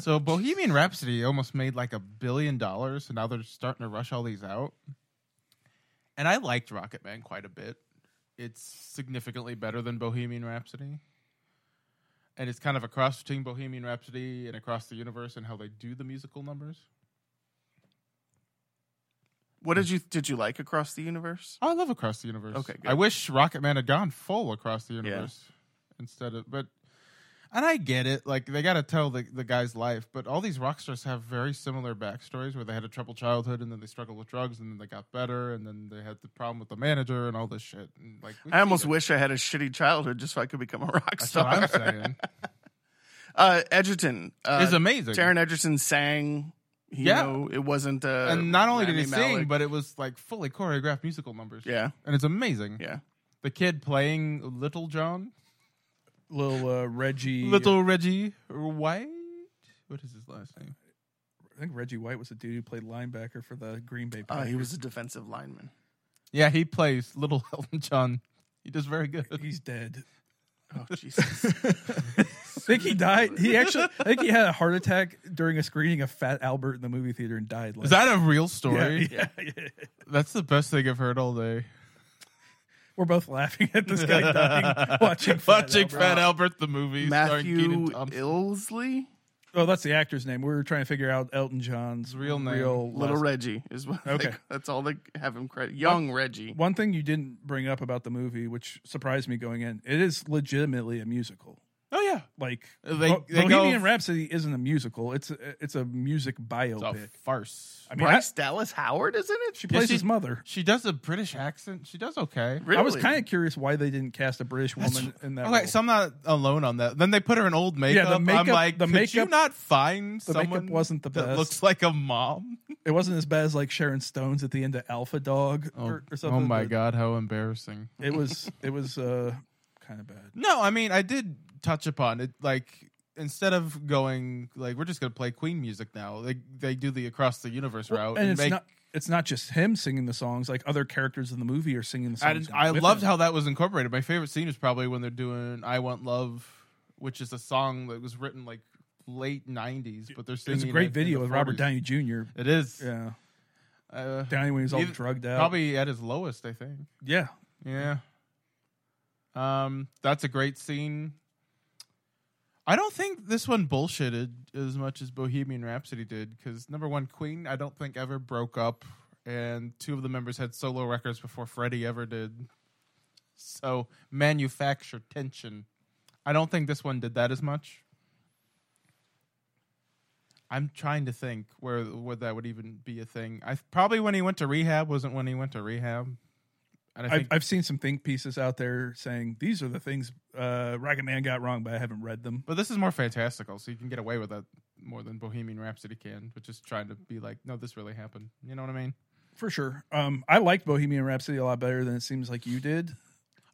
Speaker 1: so Bohemian Rhapsody almost made like a billion dollars, so now they're starting to rush all these out. And I liked Rocket Man quite a bit. It's significantly better than Bohemian Rhapsody. And it's kind of a cross between Bohemian Rhapsody and Across the Universe and how they do the musical numbers.
Speaker 2: What did you did you like across the universe?
Speaker 1: Oh, I love Across the Universe.
Speaker 2: Okay, good.
Speaker 1: I wish Rocket Man had gone full Across the Universe instead of, but, and I get it. Like they got to tell the, the guy's life, but all these rock stars have very similar backstories where they had a troubled childhood and then they struggled with drugs and then they got better and then they had the problem with the manager and all this shit. And like, we
Speaker 2: I almost
Speaker 1: see it.
Speaker 2: wish I had a shitty childhood just so I could become a rock
Speaker 1: That's
Speaker 2: star.
Speaker 1: what I'm saying.
Speaker 2: Uh, Edgerton, uh,
Speaker 1: it's amazing.
Speaker 2: Taron Edgerton sang. You
Speaker 1: Yeah.
Speaker 2: know, it wasn't. Uh,
Speaker 1: and not only did he
Speaker 2: Rami Malek.
Speaker 1: sing, but it was like fully choreographed musical numbers.
Speaker 2: yeah,
Speaker 1: And it's amazing.
Speaker 2: yeah.
Speaker 1: The kid playing Little John,
Speaker 4: Little uh, Reggie.
Speaker 1: Little Reggie White. What is his last name?
Speaker 4: I think Reggie White was the dude who played linebacker for the Green Bay.
Speaker 1: Ah,
Speaker 2: Uh, he
Speaker 4: Packers.
Speaker 2: was a defensive lineman.
Speaker 1: Yeah, he plays little Elton John. He does very good.
Speaker 4: He's dead.
Speaker 2: Oh Jesus!
Speaker 4: I think he died. He actually, I think he had a heart attack during a screening of Fat Albert in the movie theater and died. Like,
Speaker 1: Is that a real
Speaker 4: yeah,
Speaker 1: story?
Speaker 4: yeah, yeah.
Speaker 1: That's the best thing I've heard all day.
Speaker 4: We're both laughing at this guy dying watching Fat
Speaker 1: Watching
Speaker 4: Albert.
Speaker 1: Fat Albert the movie starring
Speaker 2: Matthew
Speaker 1: Keaton Thompson.
Speaker 2: Ilsley,
Speaker 4: Oh, that's the actor's name. We were trying to figure out Elton John's
Speaker 1: Real name.
Speaker 4: real
Speaker 2: Little
Speaker 4: last-
Speaker 2: Reggie is what. they-
Speaker 4: Okay.
Speaker 2: that's all they have him credit. Young Reggie.
Speaker 4: One thing you didn't bring up about the movie, which surprised me going in, it is legitimately a musical.
Speaker 1: Oh yeah,
Speaker 4: Like
Speaker 1: They-
Speaker 4: Bo-
Speaker 1: they go-
Speaker 4: Bohemian Rhapsody isn't a musical; it's a, it's a music
Speaker 1: it's
Speaker 4: biopic.
Speaker 1: a farce.
Speaker 4: I mean, I-
Speaker 2: Bryce Dallas Howard, isn't it?
Speaker 4: she plays
Speaker 1: she-
Speaker 4: his mother.
Speaker 1: She does a British accent. She does okay.
Speaker 2: Really?
Speaker 4: I was kind of curious why they didn't cast a British woman in that.
Speaker 1: Okay,
Speaker 4: role.
Speaker 1: so I'm not alone on that. Then they put her in old makeup.
Speaker 4: makeup-
Speaker 1: I'm like,
Speaker 4: the
Speaker 1: could you
Speaker 4: makeup-
Speaker 1: not find
Speaker 4: the makeup
Speaker 1: someone
Speaker 4: wasn't the
Speaker 1: that
Speaker 4: best.
Speaker 1: looks like a mom?
Speaker 4: it wasn't as bad as like Sharon Stone's at the end of Alpha Dog or, or something.
Speaker 1: oh my
Speaker 4: but
Speaker 1: god, how embarrassing!
Speaker 4: It was it was uh, kind of bad.
Speaker 1: No, I mean I did touch upon it. Like instead of going like we're just gonna play Queen music now, they they do the across the universe route and,
Speaker 4: and it's
Speaker 1: make.
Speaker 4: not it's not just him singing the songs; like other characters in the movie are singing the
Speaker 1: I,
Speaker 4: songs.
Speaker 1: didn't- I
Speaker 4: with
Speaker 1: loved
Speaker 4: him.
Speaker 1: how that was incorporated. My favorite scene is probably when they're doing "I Want Love," which is a song that was written like late '90s, but they're singing.
Speaker 4: It's a
Speaker 1: it
Speaker 4: great
Speaker 1: in
Speaker 4: video
Speaker 1: the
Speaker 4: with Robert
Speaker 1: 40s.
Speaker 4: Downey Jr.
Speaker 1: It is.
Speaker 4: Yeah,
Speaker 1: Uh,
Speaker 4: Downey when he's all
Speaker 1: Either-
Speaker 4: drugged out.
Speaker 1: probably at his lowest, I think.
Speaker 4: Yeah,
Speaker 1: Yeah. Um, that's a great scene. I don't think this one bullshitted as much as Bohemian Rhapsody did because number one, Queen, I don't think ever broke up, and two of the members had solo records before Freddie ever did. So manufacture tension. I don't think this one did that as much. I'm trying to think where where that would even be a thing. I probably when he went to rehab wasn't when he went to rehab. And
Speaker 4: I've, I've seen some think pieces out there saying these are the things uh, Rocket Man got wrong, but I haven't read them.
Speaker 1: But this is more fantastical, so you can get away with it more than Bohemian Rhapsody can, which is trying to be like, no, this really happened. You know what I mean?
Speaker 4: for sure. Um, I liked Bohemian Rhapsody a lot better than it seems like you did.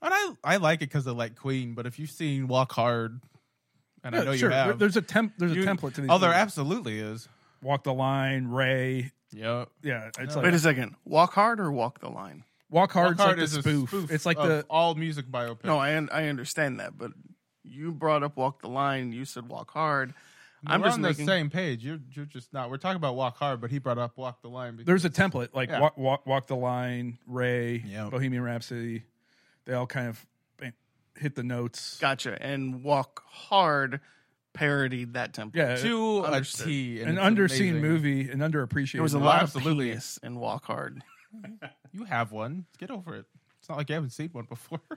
Speaker 1: And I I like it because I like Queen, but if you've seen Walk Hard, and I
Speaker 4: Yeah,
Speaker 1: know
Speaker 4: sure.
Speaker 1: you have,
Speaker 4: There's a temp. There's
Speaker 1: you-
Speaker 4: a template to these.
Speaker 1: oh, there
Speaker 4: movies.
Speaker 1: absolutely is.
Speaker 4: Walk the Line, Ray.
Speaker 1: Yep.
Speaker 4: Yeah, it's
Speaker 1: No.
Speaker 4: like
Speaker 2: Wait a second. Walk hard or walk the line?
Speaker 4: Walk Hard's
Speaker 1: Walk Hard
Speaker 4: like the
Speaker 1: is a
Speaker 4: spoof. It's like
Speaker 1: of
Speaker 4: the
Speaker 1: all music biopic.
Speaker 2: No, I un- I understand that, but you brought up walk the line. You said walk hard. I'm
Speaker 1: we're
Speaker 2: just
Speaker 1: on the
Speaker 2: making.
Speaker 1: same page. You're you're just not. We're talking about Walk Hard, but he brought up Walk the Line. Because,
Speaker 4: there's a template like
Speaker 1: Yeah.
Speaker 4: walk, walk walk the line, Ray,
Speaker 1: Yep.
Speaker 4: Bohemian Rhapsody. They all kind of eh, hit the notes.
Speaker 2: Gotcha. And walk hard parodied that template.
Speaker 4: yeah,
Speaker 1: to a
Speaker 2: Understood.
Speaker 1: T,
Speaker 4: an
Speaker 1: and it's
Speaker 4: underseen
Speaker 1: amazing.
Speaker 4: movie, an underappreciated.
Speaker 2: There was a
Speaker 4: movie.
Speaker 2: lot
Speaker 1: absolutely.
Speaker 2: of penis in walk hard.
Speaker 1: You have one. Get over it. It's not like you haven't seen one before.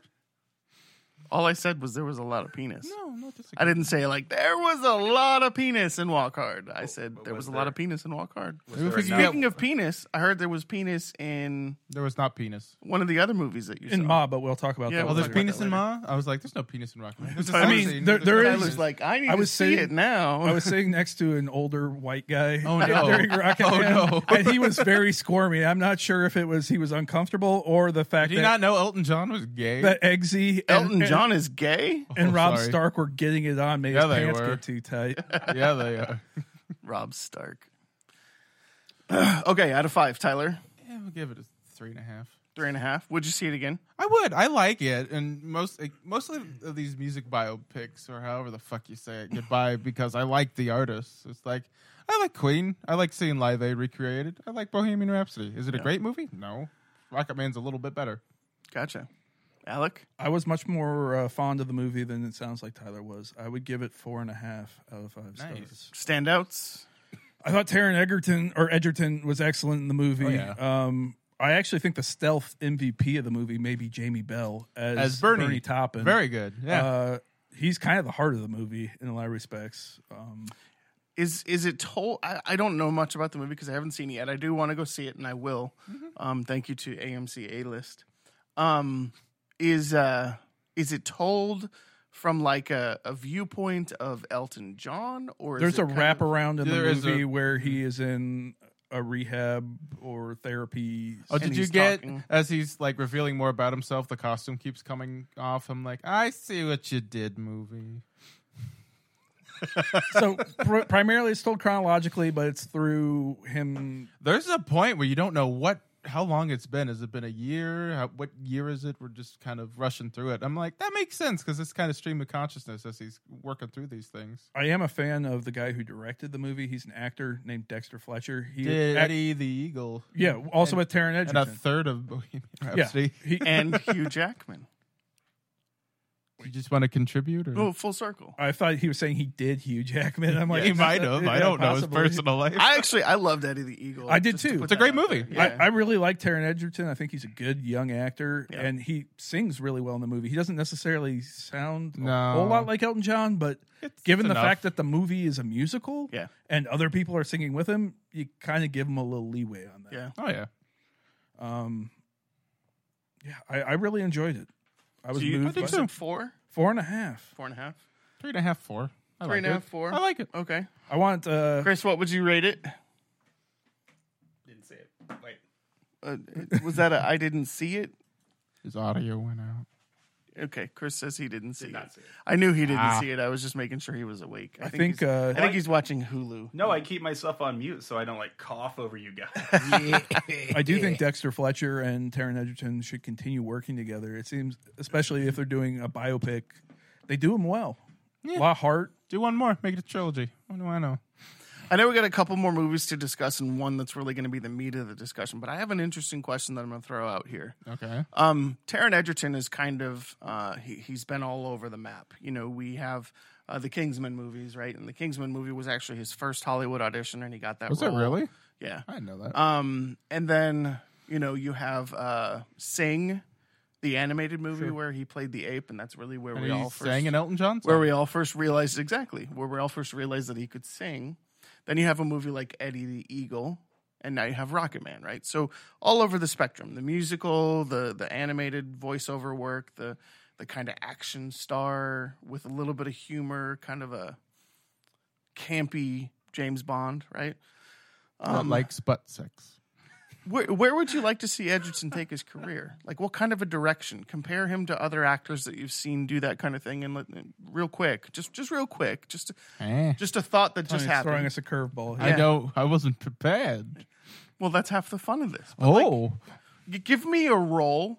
Speaker 2: All I said was there was a lot of penis.
Speaker 1: no, no, just
Speaker 2: I didn't say like there was a lot of penis in Walk Hard. I said
Speaker 3: but
Speaker 2: there was
Speaker 3: was
Speaker 2: a lot
Speaker 3: there?
Speaker 2: of penis in Walk Hard.
Speaker 3: Was
Speaker 1: Maybe
Speaker 3: there
Speaker 1: if you get-
Speaker 3: a novel?
Speaker 2: Speaking of penis, I heard there was penis in
Speaker 1: There was not penis.
Speaker 2: one of the other movies that you
Speaker 4: in
Speaker 2: saw.
Speaker 4: Ma, but we'll talk about
Speaker 2: Yeah,
Speaker 4: that.
Speaker 1: Oh,
Speaker 2: we'll
Speaker 1: there's
Speaker 4: later.
Speaker 2: talk about
Speaker 1: penis
Speaker 2: that
Speaker 1: in Ma. I was like, there's no penis in Rockman. There's a
Speaker 2: I
Speaker 1: sex
Speaker 4: mean,
Speaker 1: scene.
Speaker 4: there-
Speaker 1: There's
Speaker 4: there
Speaker 1: no
Speaker 4: is-
Speaker 2: Tyler's
Speaker 1: penis.
Speaker 2: like, I need
Speaker 4: I was
Speaker 2: to see
Speaker 4: saying-
Speaker 2: it now.
Speaker 4: I was sitting next to an older white guy.
Speaker 1: Oh, no.
Speaker 4: During Rocket
Speaker 1: Oh,
Speaker 4: Man,
Speaker 1: no.
Speaker 4: and he was very squirmy. I'm not sure if it was he was uncomfortable or the fact
Speaker 1: Did you not
Speaker 4: that
Speaker 1: know Elton John was gay?
Speaker 4: that Eggsy and-
Speaker 2: Elton
Speaker 4: and,
Speaker 2: John is gay.
Speaker 4: and
Speaker 1: Oh,
Speaker 4: Rob
Speaker 1: sorry.
Speaker 4: Stark were getting it on. Made
Speaker 1: Yeah,
Speaker 4: his
Speaker 1: they
Speaker 4: pants
Speaker 1: were.
Speaker 4: get too tight.
Speaker 1: yeah, they are.
Speaker 2: Rob Stark. okay, out of five, Tyler,
Speaker 1: Yeah, we'll give it a three and a half.
Speaker 2: three and a half. Would you see it again?
Speaker 1: I would. I like it, and most like, mostly of these music biopics or however the fuck you say it goodbye because I like the artists. It's like I like Queen. I like seeing Live Aid recreated. I like Bohemian Rhapsody. Is it a great movie? No. Rocket Man's a little bit better.
Speaker 2: Gotcha, Alec.
Speaker 4: I was much more uh, fond of the movie than it sounds like Tyler was. I would give it four and a half out of five
Speaker 1: Nice.
Speaker 4: stars.
Speaker 2: Standouts.
Speaker 4: I thought Taron Egerton or Edgerton was excellent in the movie.
Speaker 1: Oh, yeah.
Speaker 4: um, I actually think the stealth MVP of the movie may be Jamie Bell as,
Speaker 1: As Bernie.
Speaker 4: Toppin.
Speaker 1: Very good. Yeah.
Speaker 4: Uh, he's kind of the heart of the movie in a lot of respects. Um,
Speaker 2: Is is it told? I, I don't know much about the movie because I haven't seen it yet. I do want to go see it, and I will.
Speaker 4: Mm-hmm.
Speaker 2: Um, thank you to AMC A List. Um, is uh, is it told from like a, a viewpoint of Elton John, or is
Speaker 4: there's
Speaker 2: it
Speaker 4: a
Speaker 2: kind of-
Speaker 4: wraparound in the
Speaker 1: There is
Speaker 4: movie
Speaker 1: a- mm.
Speaker 4: where he is in a rehab or therapy.
Speaker 1: Oh,
Speaker 2: and
Speaker 1: did you
Speaker 2: he's
Speaker 1: get
Speaker 2: talking.
Speaker 1: as he's like revealing more about himself? The costume keeps coming off. I'm like, I see what you did, movie.
Speaker 4: so pr- primarily it's told chronologically, but it's through him.
Speaker 1: There's a point where you don't know what, how long it's been. Has it been a year? How, what year is it? We're just kind of rushing through it. I'm like, that makes sense because it's kind of stream of consciousness as he's working through these things.
Speaker 4: I am a fan of the guy who directed the movie. He's an actor named Dexter Fletcher. He
Speaker 1: Did
Speaker 4: act-
Speaker 1: Eddie the Eagle
Speaker 4: yeah, also with Taron
Speaker 1: and a
Speaker 4: Edgerton.
Speaker 1: third of Bohemian
Speaker 4: yeah,
Speaker 1: Rhapsody?
Speaker 4: he,
Speaker 2: and Hugh Jackman?
Speaker 1: You just want to contribute?
Speaker 4: Mm-hmm.
Speaker 1: Or?
Speaker 2: Oh, full circle.
Speaker 4: I thought he was saying he did Hugh Jackman. I'm like,
Speaker 1: he might have. I
Speaker 4: yeah,
Speaker 1: don't know his
Speaker 4: possibly.
Speaker 1: personal life.
Speaker 2: I actually I loved Eddie the Eagle.
Speaker 4: I did
Speaker 2: just to
Speaker 4: too.
Speaker 2: put
Speaker 4: It's
Speaker 1: a
Speaker 2: that
Speaker 1: great
Speaker 2: out
Speaker 1: movie.
Speaker 2: there.
Speaker 4: I, I really like Taron Edgerton. I think he's a good young actor,
Speaker 2: Yeah.
Speaker 4: and he sings really well in the movie. He doesn't necessarily sound a
Speaker 1: No.
Speaker 4: whole lot like Elton John, but
Speaker 1: It's
Speaker 4: given the
Speaker 1: enough.
Speaker 4: fact that the movie is a musical,
Speaker 2: Yeah.
Speaker 4: and other people are singing with him, you kind of give him a little leeway on that.
Speaker 2: Yeah.
Speaker 1: oh yeah,
Speaker 4: Um, yeah, I, I really enjoyed it. I was
Speaker 2: So you,
Speaker 4: moved
Speaker 1: I
Speaker 4: by
Speaker 1: did too.
Speaker 2: said four,
Speaker 4: four and a half.
Speaker 2: four and a half,
Speaker 1: three and a half, four. I
Speaker 2: three and a half, four.
Speaker 1: I like it.
Speaker 2: Okay,
Speaker 4: I want uh,
Speaker 2: Chris, what would you rate it?
Speaker 3: Didn't say it. Wait.
Speaker 2: Uh, was that a I didn't see it?
Speaker 1: His audio went out.
Speaker 2: Okay, Chris says he didn't see,
Speaker 3: not
Speaker 2: it.
Speaker 3: see it.
Speaker 2: I knew he didn't
Speaker 1: Ah.
Speaker 2: see it. I was just making sure he was awake. I,
Speaker 4: think,
Speaker 2: he's-
Speaker 4: uh,
Speaker 2: I think he's watching Hulu.
Speaker 4: Hmm.
Speaker 3: No, I keep myself on mute so I don't like cough over you guys.
Speaker 4: I do think Dexter Fletcher and Taron Edgerton should continue working together. It seems, especially if they're doing a biopic, they do them well.
Speaker 1: Yeah.
Speaker 4: A lot of heart.
Speaker 1: Do one more. Make it a trilogy. What do I know?
Speaker 2: I know we got a couple more movies to discuss, and one that's really going to be the meat of the discussion. But I have an interesting question that I'm going to throw out here.
Speaker 1: Okay.
Speaker 2: Um, Taron Egerton is kind of uh, he he's been all over the map. You know, we have uh, the Kingsman movies, right? And the Kingsman movie was actually his first Hollywood audition, and he got that.
Speaker 1: Was it
Speaker 2: role.
Speaker 1: really?
Speaker 2: Yeah.
Speaker 1: I didn't know that.
Speaker 2: Um, and then you know you have uh, Sing, the animated movie where he played the ape, and that's really where
Speaker 1: and
Speaker 2: we all
Speaker 1: he
Speaker 2: first
Speaker 1: sang an Elton John song.
Speaker 2: where we all first realized exactly where we all first realized that he could sing. Then you have a movie like Eddie the Eagle, and now you have Rocket Man, right? So all over the spectrum, the musical, the the animated voiceover work, the the kind of action star with a little bit of humor, kind of a campy James Bond, right?
Speaker 1: Not like butt sex.
Speaker 2: Where, where would you like to see Edgerton take his career? Like, what kind of a direction? Compare him to other actors that you've seen do that kind of thing, and let, real quick, just just real quick, just
Speaker 1: Eh.
Speaker 2: just a thought that just
Speaker 4: Tony's throwing
Speaker 2: happened.
Speaker 4: us a curveball. here.
Speaker 1: I know I wasn't prepared.
Speaker 2: well, that's half the fun of this. But, like,
Speaker 1: Oh,
Speaker 2: g- give me a role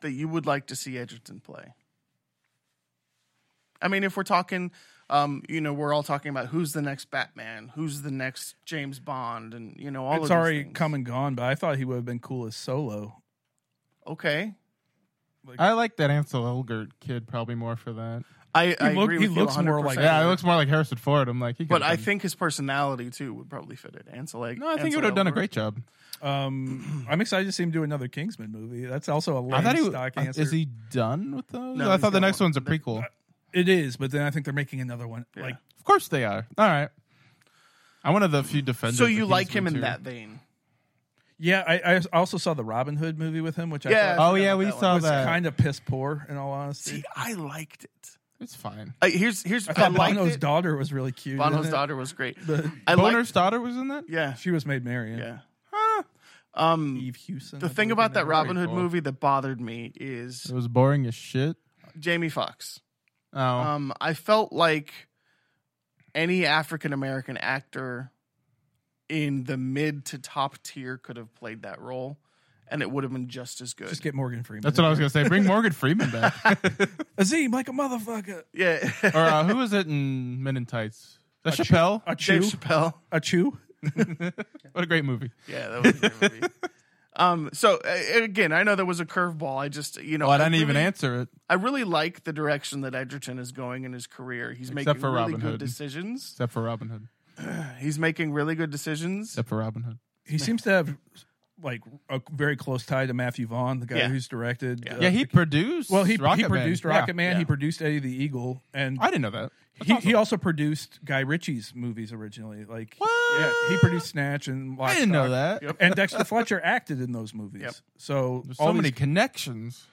Speaker 2: that you would like to see Edgerton play. I mean, if we're talking, um, you know, we're all talking about who's the next Batman, who's the next James Bond, and you know, all of
Speaker 4: it's
Speaker 2: these
Speaker 4: already
Speaker 2: things.
Speaker 4: come and gone, but I thought he would have been cool as solo.
Speaker 2: Okay,
Speaker 1: I like that Ansel Elgort kid probably more for that.
Speaker 2: I, I
Speaker 4: look-
Speaker 2: agree
Speaker 4: he
Speaker 2: with
Speaker 4: looks
Speaker 2: you 100%.
Speaker 4: more like-
Speaker 1: Yeah, it looks more like Harrison Ford. I'm like, he
Speaker 2: But
Speaker 1: could've
Speaker 2: I
Speaker 1: been-
Speaker 2: think his personality too would probably fit it. Ansel Elg-
Speaker 1: no, I think he
Speaker 2: Ansel
Speaker 1: would have done a
Speaker 2: Elgort.
Speaker 1: great job.
Speaker 4: Um, I'm excited to see him do another Kingsman movie. That's also a
Speaker 1: I
Speaker 4: lame
Speaker 1: thought he
Speaker 4: stock
Speaker 1: uh,
Speaker 4: answer.
Speaker 1: is he done with those.
Speaker 2: No,
Speaker 1: I
Speaker 2: he's
Speaker 1: thought the
Speaker 2: got
Speaker 1: next
Speaker 2: one.
Speaker 1: one's a prequel.
Speaker 4: It is, but then I think they're making another one.
Speaker 2: Yeah.
Speaker 4: Like
Speaker 1: Of course they are. All right. I'm one of the few defenders.
Speaker 2: So
Speaker 1: of
Speaker 2: you like him
Speaker 1: Kingsman
Speaker 2: in
Speaker 1: too.
Speaker 2: that vein?
Speaker 4: Yeah, I, I also saw the Robin Hood movie with him, which I
Speaker 2: Yeah.
Speaker 4: thought
Speaker 1: Oh
Speaker 2: forgot
Speaker 1: yeah,
Speaker 2: about
Speaker 1: we
Speaker 2: that one.
Speaker 1: saw
Speaker 4: was
Speaker 1: that.
Speaker 4: kind of piss poor in all honesty.
Speaker 2: See, I liked it.
Speaker 1: it's fine.
Speaker 2: I, here's here's
Speaker 4: I
Speaker 2: I,
Speaker 4: thought
Speaker 2: liked
Speaker 4: Bono's
Speaker 2: it.
Speaker 4: daughter was really cute.
Speaker 2: Bono's
Speaker 4: in it,
Speaker 2: daughter was great.
Speaker 4: but
Speaker 2: I
Speaker 1: Boner's
Speaker 2: liked,
Speaker 1: daughter was in that.
Speaker 2: yeah,
Speaker 4: she was made Marian.
Speaker 2: yeah.
Speaker 1: Huh.
Speaker 2: Um,
Speaker 4: Eve Hewson.
Speaker 2: the
Speaker 4: I
Speaker 2: thing
Speaker 4: believe
Speaker 2: about
Speaker 4: her
Speaker 2: that
Speaker 4: name
Speaker 2: Robin
Speaker 1: pretty
Speaker 2: Hood
Speaker 1: cool.
Speaker 2: movie that bothered me is
Speaker 1: It was boring as shit.
Speaker 2: Jamie Foxx.
Speaker 1: Oh,
Speaker 2: Um, I felt like any African American actor in the mid to top tier could have played that role, and it would have been just as good.
Speaker 4: is. Just get Morgan Freeman.
Speaker 1: that's what I was gonna say. Bring Morgan Freeman back,
Speaker 4: Azim, like a motherfucker.
Speaker 2: yeah,
Speaker 1: or uh, who was it in Men in Tights? Is that Chappelle?
Speaker 4: A
Speaker 2: Dave
Speaker 4: chew.
Speaker 2: Chappelle.
Speaker 4: A chew.
Speaker 1: What a great movie!
Speaker 2: Yeah, that was a great movie. Um, so uh, again, I know there was a curveball. I just, you know,
Speaker 1: Oh, I didn't even
Speaker 2: really-
Speaker 1: answer it.
Speaker 2: I really like the direction that Edgerton is going in his career. He's
Speaker 1: Except
Speaker 2: making
Speaker 1: for
Speaker 2: really
Speaker 1: Robin
Speaker 2: good
Speaker 1: Hood.
Speaker 2: decisions.
Speaker 1: Except for Robin Hood.
Speaker 2: He's making really good decisions.
Speaker 1: Except for Robin Hood.
Speaker 4: He seems to have like a very close tie to Matthew Vaughn, the guy
Speaker 2: Yeah.
Speaker 4: who's directed.
Speaker 2: Yeah.
Speaker 4: uh,
Speaker 1: Yeah, he produced.
Speaker 4: Well, he, he
Speaker 1: Rocketman.
Speaker 4: produced
Speaker 1: Yeah.
Speaker 4: Rocket Man.
Speaker 2: Yeah.
Speaker 4: He produced Eddie the Eagle, and
Speaker 1: I didn't know that. That's
Speaker 4: he,
Speaker 1: awesome.
Speaker 4: he also produced Guy Ritchie's movies originally. Like
Speaker 1: What?
Speaker 4: Yeah, he produced Snatch and Lock,
Speaker 1: I didn't know
Speaker 4: Stock.
Speaker 1: that.
Speaker 2: Yep.
Speaker 4: And Dexter Fletcher acted in those movies.
Speaker 2: Yep.
Speaker 4: So
Speaker 1: There's so
Speaker 4: all
Speaker 1: many
Speaker 4: these-
Speaker 1: connections.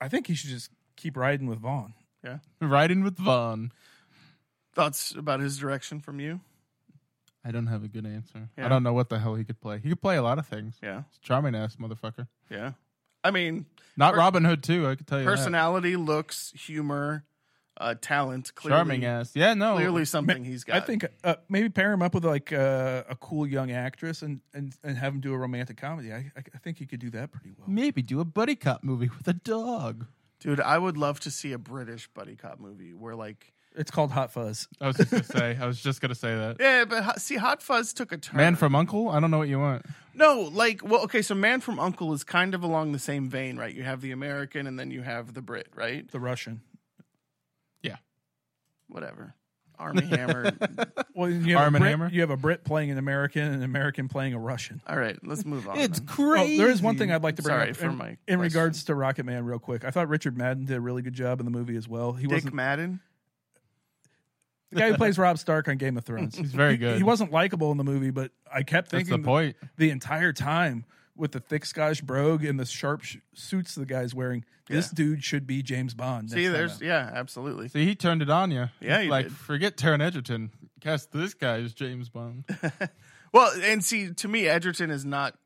Speaker 4: I think he should just keep riding with Vaughn.
Speaker 1: Riding with Vaughn.
Speaker 2: Thoughts about his direction from you?
Speaker 1: I don't have a good answer.
Speaker 2: Yeah.
Speaker 1: I don't know what the hell he could play. He could play a lot of things.
Speaker 2: Yeah,
Speaker 1: He's a charming ass motherfucker.
Speaker 2: yeah. I mean,
Speaker 1: Not
Speaker 2: Per-
Speaker 1: Robin Hood too. I could tell you that.
Speaker 2: personality, looks, humor, uh, talent. Clearly,
Speaker 1: Charming ass. Yeah, no.
Speaker 2: Clearly, something he's got.
Speaker 4: I think uh, maybe pair him up with like uh, a cool young actress and, and, and have him do a romantic comedy. I, I I think he could do that pretty well.
Speaker 1: Maybe do a buddy cop movie with a dog.
Speaker 2: dude, I would love to see a British buddy cop movie where like,
Speaker 4: It's called Hot Fuzz.
Speaker 1: I was just gonna say. I was just gonna say that.
Speaker 2: yeah, but ho- see, Hot Fuzz took a turn.
Speaker 1: Man from Uncle. I don't know what you want.
Speaker 2: No, like, well, okay, so Man from Uncle is kind of along the same vein, right? You have the American and then you have the Brit, right?
Speaker 4: The Russian.
Speaker 2: Whatever. Army Hammer.
Speaker 4: Well, you have
Speaker 1: Arm
Speaker 4: a
Speaker 1: and
Speaker 4: Brit,
Speaker 1: Hammer?
Speaker 4: You have a Brit playing an American and an American playing a Russian.
Speaker 2: All right, let's move on. then.
Speaker 1: crazy.
Speaker 4: Oh, there is one thing I'd like to bring
Speaker 2: Sorry
Speaker 4: up
Speaker 2: for
Speaker 4: in,
Speaker 2: my
Speaker 4: in
Speaker 2: question.
Speaker 4: regards to Rocket Man, real quick. I thought Richard Madden did a really good job in the movie as well. He
Speaker 2: Dick
Speaker 4: wasn't
Speaker 2: Madden.
Speaker 4: the guy who plays Rob Stark on Game of Thrones.
Speaker 1: He's very
Speaker 4: He-
Speaker 1: good.
Speaker 4: He, wasn't likable in the movie, but I kept
Speaker 1: That's
Speaker 4: thinking
Speaker 1: the point.
Speaker 4: the entire time with the thick Scottish brogue and the sharp sh- suits the guy's wearing. This dude should be James Bond.
Speaker 2: See,
Speaker 4: next time
Speaker 2: there's
Speaker 4: out.
Speaker 2: yeah, absolutely.
Speaker 1: See, he turned it on you.
Speaker 2: Yeah, he
Speaker 1: like
Speaker 2: did.
Speaker 1: forget Taron Egerton. Cast this guy as James Bond.
Speaker 2: Well, and see, to me, Edgerton is not.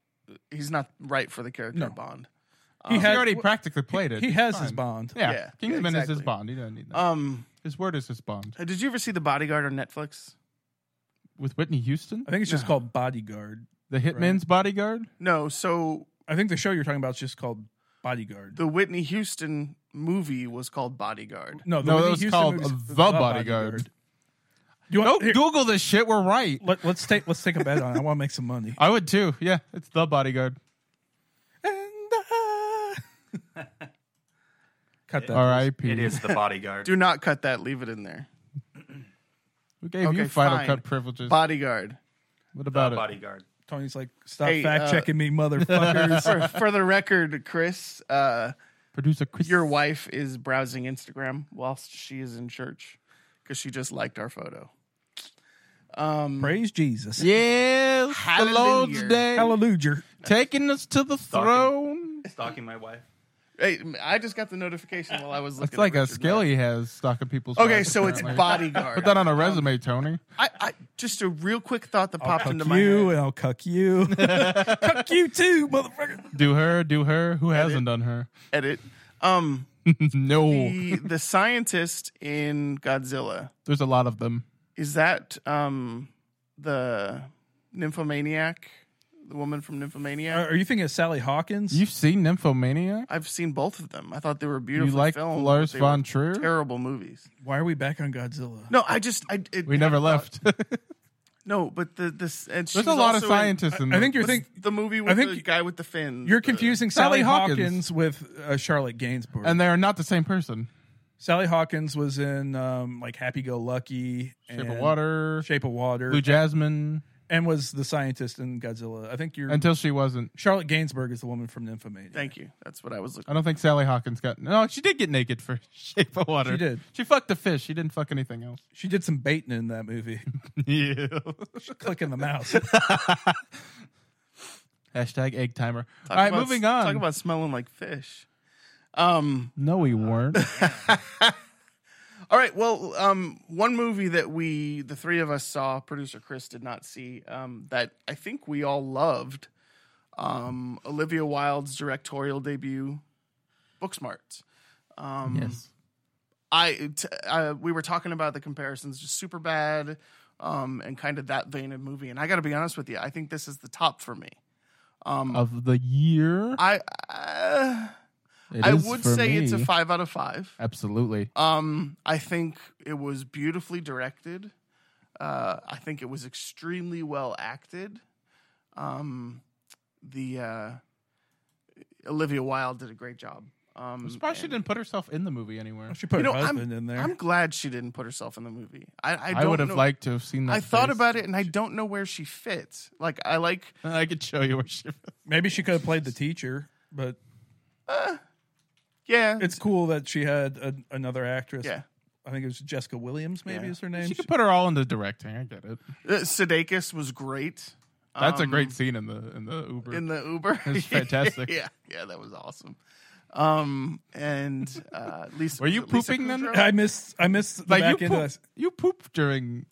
Speaker 2: He's not right for the character of Bond.
Speaker 4: he,
Speaker 1: He
Speaker 4: had-
Speaker 1: already
Speaker 4: w-
Speaker 1: practically played it.
Speaker 4: he
Speaker 1: It's
Speaker 4: has his
Speaker 1: fine.
Speaker 4: Bond. Uh,
Speaker 1: Yeah,
Speaker 2: Yeah,
Speaker 1: Kingsman is his
Speaker 2: exactly.
Speaker 1: Bond. He doesn't need that.
Speaker 2: Um,
Speaker 1: his word is his Bond.
Speaker 2: did you ever see The Bodyguard on Netflix?
Speaker 1: With Whitney Houston,
Speaker 4: I think it's just called Bodyguard.
Speaker 1: the hitman's bodyguard.
Speaker 2: No. So
Speaker 4: I think the show you're talking about is just called Bodyguard.
Speaker 2: the Whitney Houston movie was called Bodyguard.
Speaker 4: no, the
Speaker 1: No,
Speaker 4: Whitney
Speaker 1: that was
Speaker 4: Houston
Speaker 1: called
Speaker 4: movie's
Speaker 1: The Bodyguard.
Speaker 4: Do you want,
Speaker 1: Don't
Speaker 4: here,
Speaker 1: Google this shit. We're right.
Speaker 4: let, us take let's take a bet on. it. I want to make some money.
Speaker 1: I would too. Yeah, it's the bodyguard.
Speaker 4: And I-
Speaker 1: uh,
Speaker 4: cut that.
Speaker 1: R.I.P.
Speaker 3: It is the bodyguard.
Speaker 2: Do not cut that. Leave it in there.
Speaker 1: We gave
Speaker 2: Okay,
Speaker 1: you Final
Speaker 2: fine.
Speaker 1: Cut privileges.
Speaker 2: Bodyguard.
Speaker 1: what
Speaker 3: the
Speaker 1: about it?
Speaker 3: bodyguard.
Speaker 4: Tony's like, stop
Speaker 2: Hey,
Speaker 4: fact
Speaker 2: uh,
Speaker 4: checking me, motherfuckers.
Speaker 2: for, for the record, Chris, uh,
Speaker 1: Producer Chris.
Speaker 2: your wife is browsing Instagram whilst she is in church because she just liked our photo. Um,
Speaker 4: Praise Jesus.
Speaker 1: Yes, the
Speaker 2: Hallelujah.
Speaker 1: Lord's day,
Speaker 4: Hallelujah.
Speaker 1: taking us to the throne.
Speaker 3: Stalking my wife.
Speaker 2: Hey, I just got the notification while I was looking.
Speaker 1: It's like
Speaker 2: at
Speaker 1: a
Speaker 2: Richard
Speaker 1: skill
Speaker 2: Madden.
Speaker 1: he has stuck in people's.
Speaker 2: Okay,
Speaker 1: mouths,
Speaker 2: so it's
Speaker 1: apparently.
Speaker 2: bodyguard.
Speaker 1: Put that on a resume, Tony.
Speaker 2: I, I just a real quick thought that
Speaker 4: I'll
Speaker 2: popped into
Speaker 4: cuck
Speaker 2: my
Speaker 4: you
Speaker 2: head.
Speaker 4: and I'll cuck you. cuck you too, motherfucker.
Speaker 1: Do her, do her. Who hasn't done her?
Speaker 2: Edit. Um,
Speaker 1: no,
Speaker 2: the the scientist in Godzilla
Speaker 1: there's a lot of them.
Speaker 2: is that um the nymphomaniac, the woman from
Speaker 4: Are,
Speaker 2: Nymphomaniac.
Speaker 4: are you thinking of Sally Hawkins?
Speaker 1: You've seen Nymphomania?
Speaker 2: I've seen both of them. I thought they were
Speaker 1: You
Speaker 2: beautiful.
Speaker 1: like
Speaker 2: films,
Speaker 1: Lars
Speaker 2: but they were
Speaker 1: von Trier?
Speaker 2: Terrible movies.
Speaker 4: Why are we back on Godzilla?
Speaker 2: No, I just I it,
Speaker 1: we never
Speaker 2: I thought-
Speaker 1: left.
Speaker 2: No, but the this and she
Speaker 1: there's a
Speaker 2: was
Speaker 1: lot of
Speaker 2: also in-
Speaker 1: scientists in,
Speaker 4: I
Speaker 1: there.
Speaker 4: think you're
Speaker 2: what's
Speaker 4: think
Speaker 2: the movie with
Speaker 4: think
Speaker 2: the
Speaker 4: you-
Speaker 2: guy with the fins.
Speaker 4: you're
Speaker 2: the-
Speaker 4: confusing
Speaker 1: Sally
Speaker 4: Sally,
Speaker 1: Hawkins.
Speaker 4: Hawkins. with uh, Charlotte Gainsbourg.
Speaker 1: and they are not the same person.
Speaker 4: Sally Hawkins was in um, like Happy Go Lucky,
Speaker 1: Shape of
Speaker 4: and
Speaker 1: Water,
Speaker 4: Shape of Water,
Speaker 1: Blue Jasmine.
Speaker 4: and was the scientist in Godzilla. I think you're
Speaker 1: Until she wasn't.
Speaker 4: Charlotte Gainsbourg is the woman from Nymphomania.
Speaker 2: Thank you. That's what I was looking.
Speaker 1: I don't think Sally Hawkins got. No, she did get naked for Shape of Water.
Speaker 4: She did.
Speaker 1: She fucked a fish. She didn't fuck anything else.
Speaker 4: She did some baiting in that movie,
Speaker 1: Yeah.
Speaker 4: clicking the mouse.
Speaker 1: Hashtag egg timer. All
Speaker 2: Talk
Speaker 1: right,
Speaker 2: about-
Speaker 1: moving on.
Speaker 2: Talk about smelling like fish. Um.
Speaker 1: no, we weren't.
Speaker 2: All right. Well, um, one movie that we, the three of us, saw, producer Chris did not see, um, that I think we all loved, um, Olivia Wilde's directorial debut, Booksmart. Um,
Speaker 1: yes.
Speaker 2: I, t- I we were talking about the comparisons, just super bad, um, and kind of that vein of movie. And I got to be honest with you, I think this is the top for me. Um,
Speaker 1: Of the year.
Speaker 2: I uh,
Speaker 1: It
Speaker 2: I
Speaker 1: is
Speaker 2: would
Speaker 1: for
Speaker 2: say it's a
Speaker 1: me.
Speaker 2: five out of five.
Speaker 1: Absolutely.
Speaker 2: Um, I think it was beautifully directed. Uh, I think it was extremely well acted. Um, the uh, Olivia Wilde did a great job. Um,
Speaker 1: I'm surprised she
Speaker 2: and-
Speaker 1: didn't put herself in the movie anywhere.
Speaker 4: She put
Speaker 2: You know,
Speaker 4: her
Speaker 2: I'm-
Speaker 4: husband in there.
Speaker 2: I'm glad she didn't put herself in the movie. I, I,
Speaker 1: I,
Speaker 2: don't
Speaker 1: would have
Speaker 2: know-
Speaker 1: liked to have seen that.
Speaker 2: I thought
Speaker 1: face.
Speaker 2: about it, and I don't know where she fits. Like I like.
Speaker 1: I could show you where she.
Speaker 4: Maybe she could have played the teacher, but
Speaker 2: Yeah,
Speaker 4: it's cool that she had a, another actress.
Speaker 2: yeah.
Speaker 4: I think it was Jessica Williams. Maybe
Speaker 2: Yeah.
Speaker 4: is her name.
Speaker 1: She could put her all into directing. I get it.
Speaker 2: Uh, Sudeikis was great.
Speaker 1: That's a
Speaker 2: Um,
Speaker 1: great scene in the in the Uber.
Speaker 2: in the Uber.
Speaker 1: It was fantastic.
Speaker 2: yeah, yeah, that was awesome. Um, and uh, Lisa,
Speaker 1: Were you
Speaker 2: was it Lisa
Speaker 1: pooping then?
Speaker 2: Kudrow?
Speaker 4: I missed. I missed the back
Speaker 1: you
Speaker 4: end of
Speaker 1: poop,
Speaker 4: that,
Speaker 1: you pooped during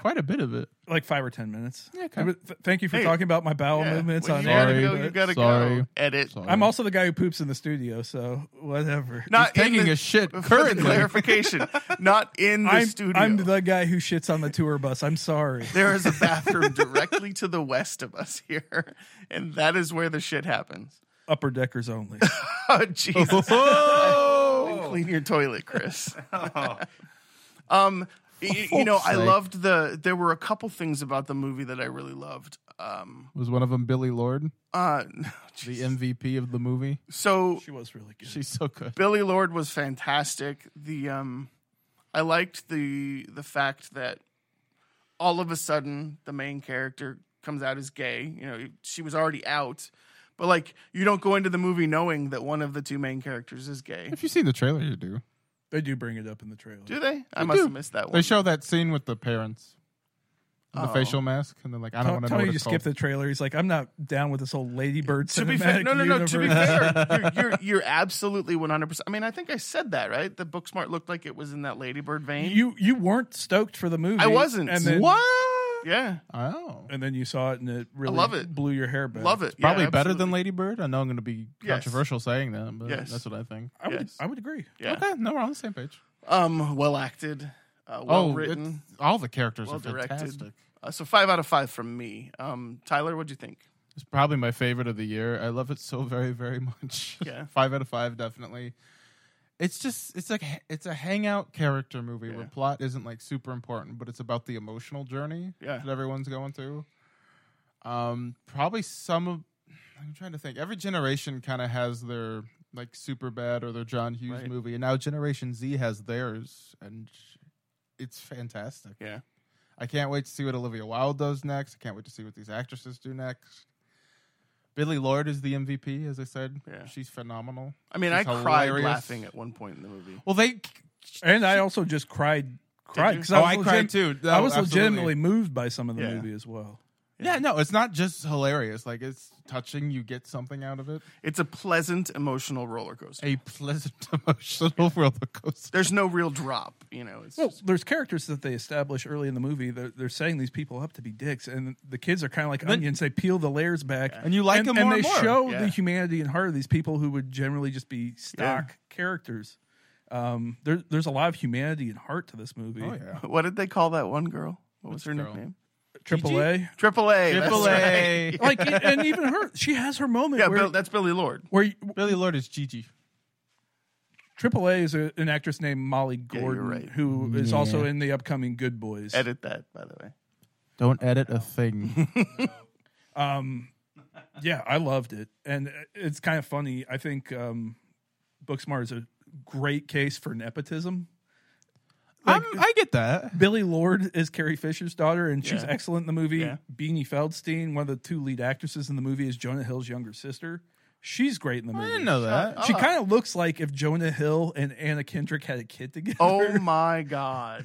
Speaker 1: quite a bit of it.
Speaker 4: like five or ten minutes.
Speaker 1: Yeah, okay.
Speaker 4: I would- th- thank you for
Speaker 2: Hey,
Speaker 4: talking about my bowel
Speaker 2: Yeah,
Speaker 4: movements
Speaker 2: when
Speaker 4: on
Speaker 2: you gotta
Speaker 1: Sorry.
Speaker 4: air.
Speaker 2: go,
Speaker 4: but
Speaker 2: you gotta
Speaker 1: Sorry.
Speaker 2: go. Edit.
Speaker 1: Sorry.
Speaker 4: I'm also the guy who poops in the studio, so whatever.
Speaker 2: Not in
Speaker 1: taking
Speaker 2: the-
Speaker 1: a shit
Speaker 2: for the
Speaker 1: currently.
Speaker 2: Clarification. Not in the
Speaker 4: I'm,
Speaker 2: studio.
Speaker 4: I'm the guy who shits on the tour bus. I'm sorry.
Speaker 2: there is a bathroom directly to the west of us here, and that is where the shit happens.
Speaker 4: Upper deckers only.
Speaker 2: Oh Jesus!
Speaker 1: Whoa!
Speaker 2: Clean your toilet, Chris.
Speaker 3: Oh,
Speaker 2: Um, y- you know, I
Speaker 1: Oh, sake.
Speaker 2: loved the. There were a couple things about the movie that I really loved. Um,
Speaker 1: Was one of them Billy Lord,
Speaker 2: uh,
Speaker 1: the MVP of the movie?
Speaker 2: so
Speaker 4: she was really good.
Speaker 1: She's so good.
Speaker 2: Billy Lord was fantastic. The um, I liked the the fact that all of a sudden the main character comes out as gay. You know, she was already out, but like you don't go into the movie knowing that one of the two main characters is gay.
Speaker 1: If you've seen the trailer, you do.
Speaker 4: They do bring it up in the trailer.
Speaker 2: Do they? I
Speaker 1: They
Speaker 2: must
Speaker 1: do.
Speaker 2: have missed that
Speaker 1: They
Speaker 2: one.
Speaker 1: show that scene with the parents, and the
Speaker 2: Oh.
Speaker 1: facial mask, and then like I don't want to know
Speaker 4: Tony
Speaker 1: what it's
Speaker 4: just
Speaker 1: called.
Speaker 4: skipped the trailer. He's like, I'm not down with this whole ladybird
Speaker 2: to
Speaker 4: cinematic
Speaker 2: be fair, no, no, no. To be
Speaker 4: universe."
Speaker 2: fair, you're, you're you're absolutely one hundred percent. I mean, I think I said that right. The Booksmart looked like it was in that Ladybird vein.
Speaker 4: you you weren't stoked for the movie.
Speaker 2: I wasn't.
Speaker 4: And then,
Speaker 1: what?
Speaker 2: yeah,
Speaker 1: Oh,
Speaker 4: And then you saw it, and it really
Speaker 2: love it.
Speaker 4: blew your hair back.
Speaker 2: love it. Yeah,
Speaker 1: probably better
Speaker 2: absolutely.
Speaker 1: than Lady Bird. I know I'm going to be
Speaker 2: Yes.
Speaker 1: controversial saying that, but
Speaker 2: Yes.
Speaker 1: that's what I think.
Speaker 4: I would
Speaker 2: Yes.
Speaker 4: I would agree.
Speaker 2: Yeah.
Speaker 1: Okay, no, we're on the same page.
Speaker 2: Um, well acted, uh, well
Speaker 1: oh,
Speaker 2: written,
Speaker 1: it's- all the characters
Speaker 2: well
Speaker 1: are
Speaker 2: directed.
Speaker 1: fantastic.
Speaker 2: Uh, so five out of five from me. Um, Tyler, what'd you think?
Speaker 1: It's probably my favorite of the year. I love it so very, very much.
Speaker 2: Yeah.
Speaker 1: five out of five, definitely. It's just it's like it's a hangout character movie where
Speaker 2: Yeah.
Speaker 1: plot isn't like super important, but it's about the emotional journey
Speaker 2: Yeah.
Speaker 1: that everyone's going through. Um, probably some of I'm trying to think. Every generation kind of has their like super bad or their John Hughes
Speaker 2: Right.
Speaker 1: movie, and now Generation Z has theirs, and it's fantastic.
Speaker 2: Yeah.
Speaker 1: I can't wait to see what Olivia Wilde does next. I can't wait to see what these actresses do next. Billy Lord is the MVP, as I said.
Speaker 2: Yeah.
Speaker 1: She's phenomenal.
Speaker 2: I mean,
Speaker 1: She's
Speaker 2: I cried
Speaker 1: hilarious.
Speaker 2: laughing at one point in the movie.
Speaker 1: Well, they.
Speaker 4: And I also just cried, cried
Speaker 2: you?
Speaker 4: because
Speaker 1: Oh,
Speaker 4: I was,
Speaker 1: I
Speaker 4: legit-
Speaker 1: cried too. No,
Speaker 4: I was
Speaker 1: absolutely.
Speaker 4: legitimately moved by some of the
Speaker 2: Yeah.
Speaker 4: movie as well.
Speaker 1: Yeah, no, it's not just hilarious. Like it's touching. You get something out of it.
Speaker 2: It's a pleasant emotional roller coaster.
Speaker 1: A pleasant emotional roller coaster.
Speaker 2: There's no real drop, you know. It's
Speaker 4: Well,
Speaker 2: just-
Speaker 4: there's characters that they establish early in the movie. They're, they're setting these people up to be dicks, and the kids are kind of like onions. They peel the layers back,
Speaker 1: And you like them more
Speaker 4: they
Speaker 1: and more.
Speaker 4: show
Speaker 2: Yeah.
Speaker 4: the humanity and heart of these people who would generally just be stock characters. Um, there, there's a lot of humanity and heart to this movie.
Speaker 1: Oh yeah.
Speaker 2: what did they call that one girl? What was her
Speaker 1: girl?
Speaker 2: nickname?
Speaker 4: Triple A,
Speaker 2: Triple A. that's
Speaker 1: Triple
Speaker 2: right.
Speaker 1: A.
Speaker 4: like, and even her, she has her moment
Speaker 2: Yeah,
Speaker 4: where,
Speaker 2: Bill, that's Billy Lord.
Speaker 4: where you-
Speaker 1: Billy Lord is Gigi.
Speaker 4: Triple A is a, an actress named Molly
Speaker 2: Yeah, you're
Speaker 4: Gordon,
Speaker 2: right.
Speaker 4: who is also in the upcoming Good Boys.
Speaker 2: Edit that, by the way.
Speaker 1: Don't edit a thing.
Speaker 4: Um, yeah, I loved it, and uh, it's kind of funny. I think um, Booksmart is a great case for nepotism.
Speaker 1: I'm, I get that.
Speaker 4: Billy Lord is Carrie Fisher's daughter, and she's
Speaker 2: Yeah.
Speaker 4: excellent in the movie.
Speaker 2: Yeah.
Speaker 4: Beanie Feldstein, one of the two lead actresses in the movie, is Jonah Hill's younger sister. She's great in the
Speaker 1: I
Speaker 4: movie.
Speaker 1: didn't know that.
Speaker 2: Oh.
Speaker 4: She kind of looks like if Jonah Hill and Anna Kendrick had a kid together.
Speaker 2: Oh my God.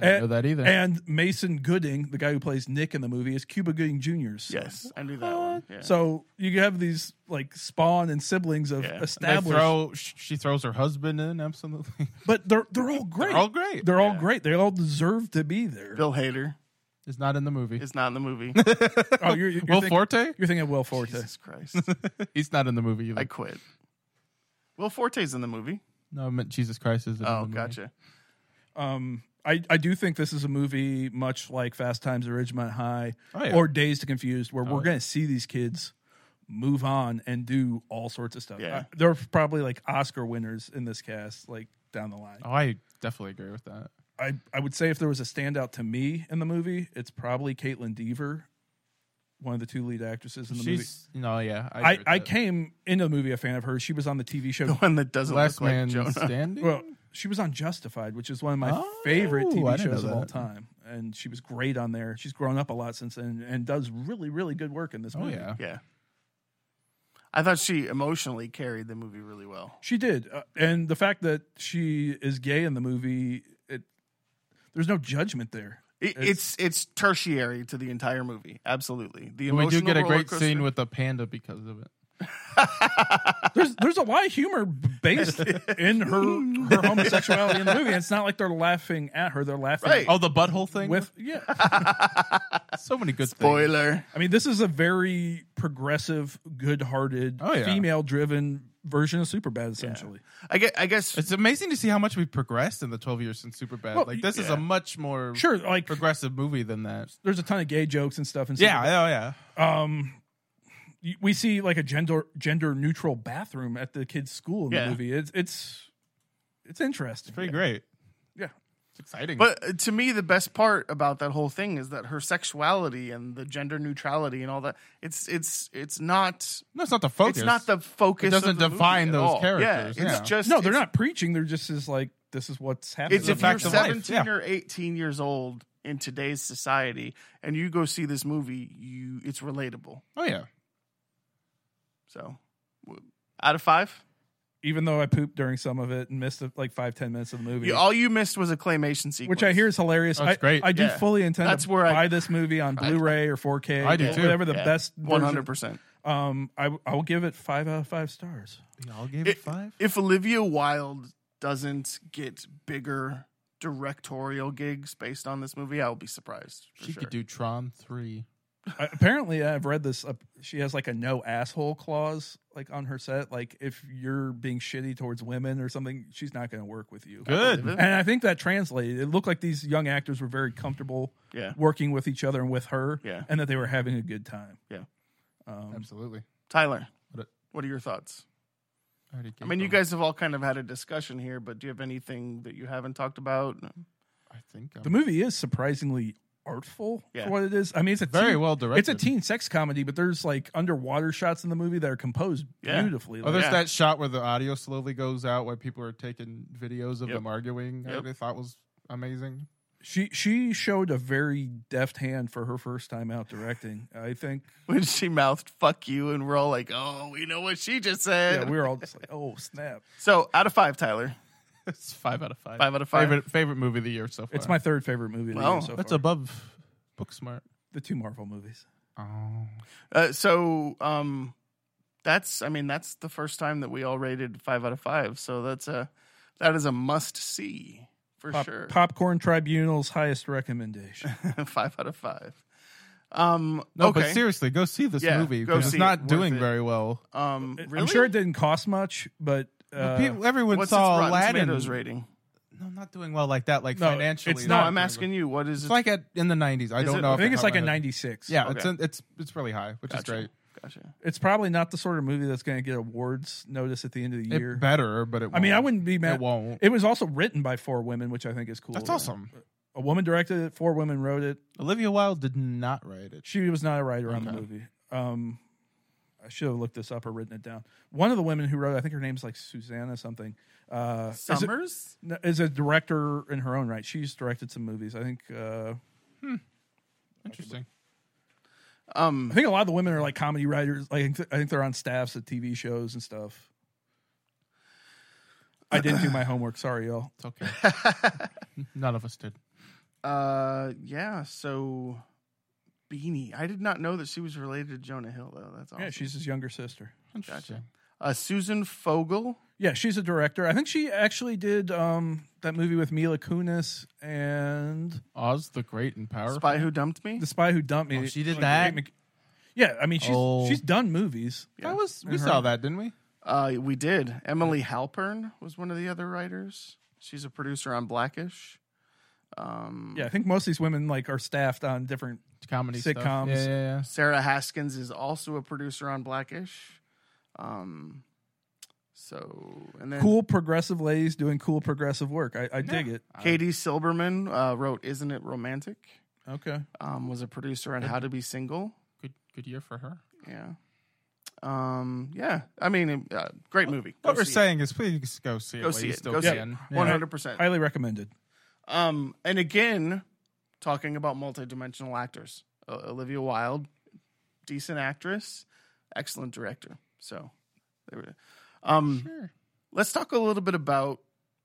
Speaker 1: I didn't know that either.
Speaker 4: And Mason Gooding, the guy who plays Nick in the movie, is Cuba Gooding Jr.'s son.
Speaker 2: Yes, I knew that one. Yeah.
Speaker 4: So you have these like spawn and siblings of
Speaker 2: Yeah. And they
Speaker 1: They
Speaker 4: established,
Speaker 1: throw, sh- she throws her husband in. Absolutely.
Speaker 4: but they're they're all great.
Speaker 1: They're all great.
Speaker 4: They're all great. They all deserve to be there.
Speaker 2: Bill Hader
Speaker 1: It's not in the movie.
Speaker 2: is not in the movie.
Speaker 4: oh, you're, you're,
Speaker 1: Will
Speaker 4: thinking,
Speaker 1: Forte?
Speaker 4: you're thinking of Will Forte.
Speaker 2: Jesus Christ.
Speaker 1: He's not in the movie either.
Speaker 2: I quit. Will Forte's in the movie.
Speaker 1: no, I meant Jesus Christ is. In the
Speaker 2: Oh,
Speaker 1: movie.
Speaker 2: gotcha.
Speaker 4: Um, I I do think this is a movie much like Fast Times at Ridgemont High
Speaker 1: Oh, yeah. Oh,
Speaker 4: or Days to Confused, where we're
Speaker 1: yeah.
Speaker 4: going to see these kids move on and do all sorts of stuff.
Speaker 2: Yeah.
Speaker 4: Uh, they're probably like Oscar winners in this cast, like down the line.
Speaker 1: Oh, I definitely agree with that.
Speaker 4: I, I would say if there was a standout to me in the movie, it's probably Caitlin Deaver, one of the two lead actresses in the movie.
Speaker 1: She's no, yeah. I,
Speaker 4: I,
Speaker 1: agree with
Speaker 4: I
Speaker 1: that.
Speaker 4: came into the movie a fan of hers. She was on the TV
Speaker 2: The
Speaker 4: show.
Speaker 2: one that doesn't
Speaker 1: Last
Speaker 2: look like
Speaker 1: man
Speaker 2: Jonah.
Speaker 1: standing.
Speaker 4: Well, she was on Justified, which is one of my
Speaker 1: Oh,
Speaker 4: favorite
Speaker 1: I
Speaker 4: TV
Speaker 1: didn't
Speaker 4: shows
Speaker 1: know
Speaker 4: of all
Speaker 1: that.
Speaker 4: time. And she was great on there. She's grown up a lot since then and does really, really good work in this
Speaker 1: oh
Speaker 4: movie.
Speaker 1: yeah.
Speaker 2: Yeah. I thought she emotionally carried the movie really well.
Speaker 4: She did. Uh, and the fact that she is gay in the movie, it there's no judgment there.
Speaker 2: It,
Speaker 4: It's-
Speaker 2: it's, it's tertiary to the entire movie. Absolutely. The
Speaker 1: We do
Speaker 2: emotional
Speaker 1: get a
Speaker 2: roller
Speaker 1: great
Speaker 2: coaster-
Speaker 1: scene with the panda because of it.
Speaker 4: there's there's a lot of humor based in her her homosexuality in the movie. It's not like they're laughing at her; they're laughing
Speaker 2: Right.
Speaker 1: Oh, the butthole thing
Speaker 4: with. Yeah,
Speaker 1: so many good things.
Speaker 2: spoiler.
Speaker 4: I mean, this is a very progressive, good-hearted,
Speaker 1: Oh, yeah.
Speaker 4: female-driven version of Superbad, essentially.
Speaker 2: I guess, I guess
Speaker 1: It's amazing to see how much we've progressed in the 12 years since Superbad.
Speaker 4: Well,
Speaker 1: like this is
Speaker 2: yeah.
Speaker 1: a much more
Speaker 4: Sure, like
Speaker 1: progressive movie than that.
Speaker 4: there's a ton of gay jokes and stuff. And
Speaker 1: Yeah, oh yeah.
Speaker 4: um, y- we see like a gender gender-neutral bathroom at the kids' school in
Speaker 2: Yeah.
Speaker 4: the movie. It's it's it's interesting.
Speaker 1: Pretty great.
Speaker 4: Yeah.
Speaker 1: It's exciting.
Speaker 2: But uh, to me, the best part about that whole thing is that her sexuality and the gender neutrality and all that. It's it's it's not
Speaker 1: no, it's not the focus.
Speaker 2: it's not the focus.
Speaker 1: It doesn't
Speaker 2: of the movie
Speaker 1: define
Speaker 2: at
Speaker 1: those
Speaker 2: all.
Speaker 1: characters,
Speaker 2: Yeah, it's
Speaker 1: yeah.
Speaker 2: just
Speaker 4: No, they're
Speaker 2: it's-
Speaker 4: not preaching. They're just is like this is what's happening.
Speaker 2: It's
Speaker 1: a
Speaker 2: if you're
Speaker 1: fact of life,
Speaker 2: seventeen
Speaker 1: yeah.
Speaker 2: or eighteen years old in today's society and you go see this movie, you it's relatable.
Speaker 1: Oh yeah.
Speaker 2: So, w- out of five,
Speaker 4: even though I pooped during some of it and missed like five ten minutes of the movie,
Speaker 2: you, all you missed was a claymation sequence,
Speaker 4: which I hear is hilarious.
Speaker 1: Oh, it's
Speaker 4: I,
Speaker 1: great.
Speaker 4: I do
Speaker 2: Yeah.
Speaker 4: fully intend
Speaker 2: That's
Speaker 4: to
Speaker 2: where I-
Speaker 4: buy this movie on
Speaker 2: I-
Speaker 4: Blu-ray or 4K.
Speaker 1: I do
Speaker 4: or
Speaker 1: too.
Speaker 4: Whatever the best
Speaker 2: one hundred
Speaker 4: version-
Speaker 2: percent.
Speaker 4: Um, I I will give it five out of five stars.
Speaker 1: We all gave
Speaker 2: It-
Speaker 1: it, five.
Speaker 2: if Olivia Wilde doesn't get bigger directorial gigs based on this movie, I will be surprised. for
Speaker 1: She
Speaker 2: sure.
Speaker 1: could do Tron 3.
Speaker 4: I, apparently, I've read this. Up, she has like a no asshole clause like on her set. Like if you're being shitty towards women or something, she's not going to work with you.
Speaker 1: Good.
Speaker 2: Olivia?
Speaker 4: And I think that translated. It looked like these young actors were very comfortable
Speaker 2: Yeah.
Speaker 4: working with each other and with her,
Speaker 2: Yeah.
Speaker 4: and that they were having a good time.
Speaker 2: Yeah.
Speaker 4: Um,
Speaker 1: Absolutely.
Speaker 2: Tyler,
Speaker 1: What a-
Speaker 2: what are your thoughts?
Speaker 1: I, already
Speaker 2: I
Speaker 1: gave
Speaker 2: mean, you
Speaker 1: them-
Speaker 2: guys have all kind of had a discussion here, but do you have anything that you haven't talked about?
Speaker 1: I think
Speaker 4: The
Speaker 1: I'm
Speaker 4: movie is surprisingly artful
Speaker 2: Yeah.
Speaker 4: for what it is. I mean, it's a
Speaker 1: very
Speaker 4: teen,
Speaker 1: well directed.
Speaker 4: It's a teen sex comedy, but there's like underwater shots in the movie that are composed
Speaker 2: Yeah.
Speaker 4: beautifully.
Speaker 1: Oh,
Speaker 4: Like,
Speaker 1: there's
Speaker 2: Yeah.
Speaker 1: that shot where the audio slowly goes out while people are taking videos of
Speaker 2: Yep.
Speaker 1: them arguing.
Speaker 2: Yep.
Speaker 1: I thought was amazing.
Speaker 4: she she showed a very deft hand for her first time out directing. I think
Speaker 2: When she mouthed "fuck you," and we're all like, "Oh, we know what she just said."
Speaker 4: yeah, we were all just like, oh snap!
Speaker 2: so, out of five, Tyler,
Speaker 1: It's five out of five.
Speaker 2: Five out of five?
Speaker 1: Favorite favorite movie of the year so far.
Speaker 4: It's my third favorite movie. Of the
Speaker 2: Well,
Speaker 4: year so
Speaker 1: That's
Speaker 4: far.
Speaker 1: above Booksmart.
Speaker 4: the two Marvel movies.
Speaker 1: Oh.
Speaker 2: Uh, so um, that's I mean that's the first time that we all rated five out of five. So that's a that is a must see for
Speaker 4: Pop-
Speaker 2: sure.
Speaker 4: Popcorn Tribunal's highest recommendation.
Speaker 2: five out of five. Um,
Speaker 1: No,
Speaker 2: okay.
Speaker 1: but seriously, go see this
Speaker 2: Yeah,
Speaker 1: movie
Speaker 2: go
Speaker 1: because it's
Speaker 2: see it.
Speaker 1: not
Speaker 2: Worth
Speaker 1: doing
Speaker 2: it.
Speaker 1: very well.
Speaker 2: um,
Speaker 4: I'm
Speaker 2: really?
Speaker 4: sure it didn't cost much, but uh,
Speaker 1: People- Everyone
Speaker 2: What's
Speaker 1: saw
Speaker 2: its Rotten
Speaker 1: Aladdin.
Speaker 2: Tomatoes rating?
Speaker 1: No, not doing well like that. Like
Speaker 4: No,
Speaker 1: financially,
Speaker 4: it's
Speaker 2: No,
Speaker 4: not-
Speaker 2: I'm asking you. What is
Speaker 1: It's
Speaker 2: it?
Speaker 1: like at in the nineties. I
Speaker 2: Is
Speaker 1: don't
Speaker 2: it-
Speaker 1: know.
Speaker 2: I
Speaker 4: I
Speaker 1: off
Speaker 4: think
Speaker 1: the
Speaker 4: it's
Speaker 1: top
Speaker 4: like
Speaker 1: of
Speaker 4: a
Speaker 1: my head.
Speaker 4: 96.
Speaker 1: Yeah,
Speaker 2: Okay.
Speaker 1: it's in, it's it's really high, which
Speaker 2: Gotcha.
Speaker 1: is
Speaker 2: Gotcha.
Speaker 4: It's probably not the sort of movie that's going to get awards notice at the end of the
Speaker 1: great.
Speaker 4: year.
Speaker 1: It better, but it. Won't.
Speaker 4: I mean, I wouldn't be mad.
Speaker 1: It won't.
Speaker 4: It was also written by four women, which I think is cool.
Speaker 1: That's awesome.
Speaker 4: A woman directed it, four women wrote it.
Speaker 1: Olivia Wilde did not write it.
Speaker 4: She was not a writer on
Speaker 1: Okay.
Speaker 4: the movie. Um, I should have looked this up or written it down. One of the women who wrote, it, I think her name's like Susanna something. Uh, is a-
Speaker 2: Summers.
Speaker 4: n- is a director in her own right. She's directed some movies. I think. Uh,
Speaker 1: Interesting.
Speaker 2: Um,
Speaker 4: I think a lot of the women are like comedy writers. Like I think- I think they're on staffs at TV shows and stuff. I didn't do my homework. Sorry, y'all.
Speaker 1: It's okay. None of us did.
Speaker 2: Uh, yeah. So, Beanie. I did not know that she was related to Jonah Hill though. That's awesome.
Speaker 4: Yeah, she's his younger sister.
Speaker 1: Interesting.
Speaker 2: uh, Susan Fogel.
Speaker 4: Yeah, she's a director. I think she actually did um, that movie with Mila Kunis and
Speaker 1: Oz the Great and Powerful.
Speaker 2: Spy Who Dumped Me.
Speaker 4: The Spy Who Dumped Me.
Speaker 1: Oh, she did
Speaker 4: Like,
Speaker 1: that?
Speaker 4: Mc- Yeah, I mean she's
Speaker 1: Oh.
Speaker 4: she's done movies.
Speaker 1: That was we
Speaker 2: Mm-hmm.
Speaker 4: And her-
Speaker 1: saw that, didn't we?
Speaker 2: Uh, we did. Emily Halpern was one of the other writers. She's a producer on Blackish. Um,
Speaker 4: Yeah, I think most of these women like are staffed on different.
Speaker 1: Comedy stuff.
Speaker 4: Sitcoms.
Speaker 1: Yeah, yeah, yeah.
Speaker 2: Sarah Haskins is also a producer on Blackish. Um, so and then
Speaker 4: Cool progressive ladies doing cool progressive work. I, I dig it.
Speaker 2: Katie Silberman uh, wrote "Isn't It Romantic?"
Speaker 4: Okay.
Speaker 2: Um, was a producer on "How to Be Single."
Speaker 1: Good, good year for her.
Speaker 2: Yeah. Um, yeah. I mean, uh, great movie.
Speaker 1: What we're
Speaker 2: see it.
Speaker 1: saying is, please go see it.
Speaker 2: Go
Speaker 1: while
Speaker 2: see
Speaker 1: you
Speaker 2: it.
Speaker 1: still
Speaker 2: Go see it.
Speaker 1: can. Yeah.
Speaker 2: 100%.
Speaker 4: Highly recommended.
Speaker 2: Um, and again, talking about multidimensional actors, O- Olivia Wilde, decent actress, excellent director. So, there we um,
Speaker 1: Sure.
Speaker 2: let's talk a little bit about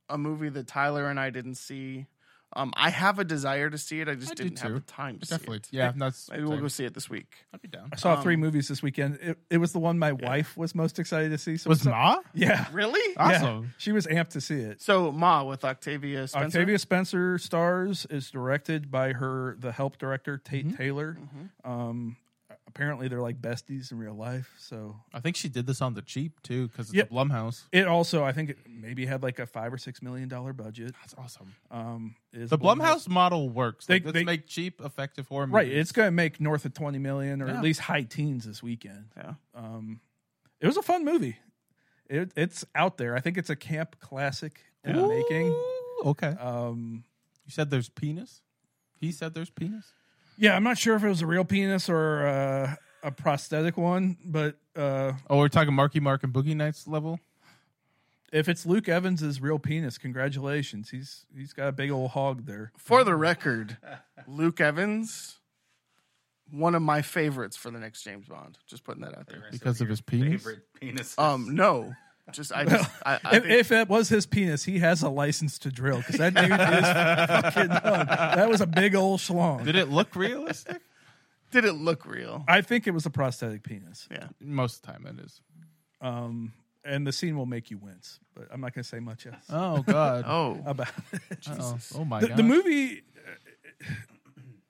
Speaker 2: a movie that Tyler and I didn't see. Um, I have a desire to see it. I just
Speaker 1: I do
Speaker 2: didn't have
Speaker 1: too.
Speaker 2: the time to
Speaker 1: Definitely.
Speaker 2: see it.
Speaker 1: Yeah, that's.
Speaker 2: Maybe we'll
Speaker 1: same.
Speaker 2: go see it this week.
Speaker 1: I'd be down.
Speaker 4: I saw
Speaker 2: Um,
Speaker 4: three movies this weekend. It, it was the one my wife was most excited to see. So
Speaker 1: Was
Speaker 4: so-
Speaker 1: Ma
Speaker 4: yeah,
Speaker 2: Really?
Speaker 1: Ah.
Speaker 4: Yeah.
Speaker 1: awesome?
Speaker 4: She was amped to see it.
Speaker 2: So Ma with Octavia Spencer.
Speaker 4: Octavia Spencer stars is directed by her the help director Tate
Speaker 1: Mm-hmm.
Speaker 4: Taylor. Um, apparently, they're like besties in real life. So
Speaker 1: I think she did this on the cheap too, because it's
Speaker 4: Yep.
Speaker 1: a Blumhouse.
Speaker 4: it also, I think, it maybe had like a five or six million dollar budget.
Speaker 1: That's awesome.
Speaker 4: Um, is
Speaker 1: The Blumhouse model works. Like,
Speaker 4: They-
Speaker 1: let's
Speaker 4: they-
Speaker 1: make cheap, effective horror.
Speaker 4: right?
Speaker 1: movies.
Speaker 4: It's going to make north of twenty million or
Speaker 1: Yeah.
Speaker 4: at least high teens this weekend.
Speaker 2: Yeah.
Speaker 4: Um, it was a fun movie. It, it's out there. I think it's a camp classic in the making.
Speaker 1: Ooh, Okay.
Speaker 2: Uh,
Speaker 4: Um,
Speaker 1: You said there's penis. He said there's penis.
Speaker 4: yeah, I'm not sure if it was a real penis or uh, a prosthetic one, but uh,
Speaker 1: Oh, we're talking Marky Mark and Boogie Nights level.
Speaker 4: if it's Luke Evans's real penis, congratulations. He's he's got a big old hog there.
Speaker 2: For the record, Luke Evans, one of my favorites for the next James Bond. Just putting that out there.
Speaker 1: Because of his penis?
Speaker 3: Favorite penis.
Speaker 2: Um, no, just I, just, I, I
Speaker 4: If,
Speaker 2: think,
Speaker 4: if that was his penis, he has a license to drill because that dude is fucking done. That was a big old schlong.
Speaker 1: Did it look realistic?
Speaker 2: did it look real?
Speaker 4: I think it was a prosthetic penis.
Speaker 2: Yeah,
Speaker 1: Most of the time it is.
Speaker 4: Um, and the scene will make you wince, but I'm not going to say much else
Speaker 2: Uh,
Speaker 1: Oh God.
Speaker 2: Oh,
Speaker 4: about it.
Speaker 1: Uh-oh. Oh my
Speaker 4: the,
Speaker 1: God.
Speaker 4: the movie uh,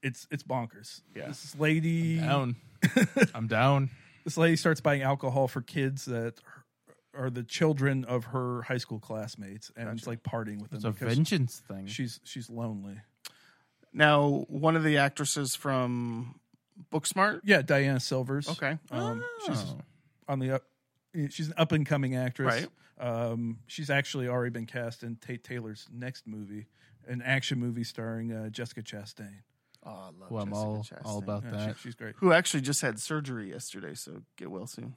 Speaker 4: it's it's bonkers
Speaker 2: Yeah.
Speaker 4: this lady
Speaker 1: Down. I'm down.
Speaker 4: this lady starts buying alcohol for kids that are the children of her high school classmates and it's like partying with them
Speaker 1: It's a
Speaker 4: because
Speaker 1: vengeance thing.
Speaker 4: she's she's lonely
Speaker 2: now one of the actresses from Booksmart.
Speaker 4: yeah diana silvers
Speaker 2: Okay,
Speaker 4: um she's
Speaker 1: Oh.
Speaker 4: on the up eh, she's an up and coming actress
Speaker 2: Right.
Speaker 4: um she's actually already been cast in tate taylor's next movie an action movie starring uh, jessica chastain
Speaker 2: oh, I love
Speaker 1: Well, I'm all,
Speaker 2: Jessica
Speaker 1: all
Speaker 2: Chastain.
Speaker 1: about
Speaker 4: Yeah,
Speaker 1: that.
Speaker 4: she- she's great
Speaker 2: Who actually just had surgery yesterday, so get well soon.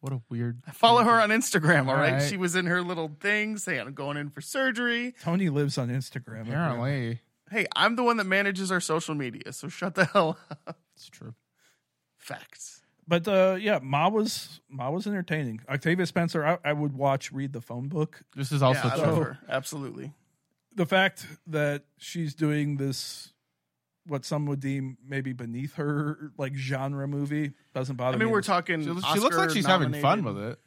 Speaker 1: What a weird.
Speaker 2: Follow her on Instagram, all
Speaker 1: All
Speaker 2: right?
Speaker 1: right.
Speaker 2: She was in her little thing saying, I'm going in for surgery.
Speaker 4: tony lives on instagram
Speaker 1: Apparently,
Speaker 2: Hey, I'm the one that manages our social media, so shut the hell up.
Speaker 1: it's true.
Speaker 2: Facts.
Speaker 4: but uh, yeah, Ma was Ma was entertaining. Octavia Spencer, I, I would watch read the phone book.
Speaker 1: This is also
Speaker 2: yeah, I
Speaker 1: true.
Speaker 2: love her. Absolutely.
Speaker 4: The fact that she's doing this what some would deem maybe beneath her like genre movie doesn't bother
Speaker 2: I
Speaker 4: me.
Speaker 2: mean, we're talking.
Speaker 1: She, she looks like she's having fun with it.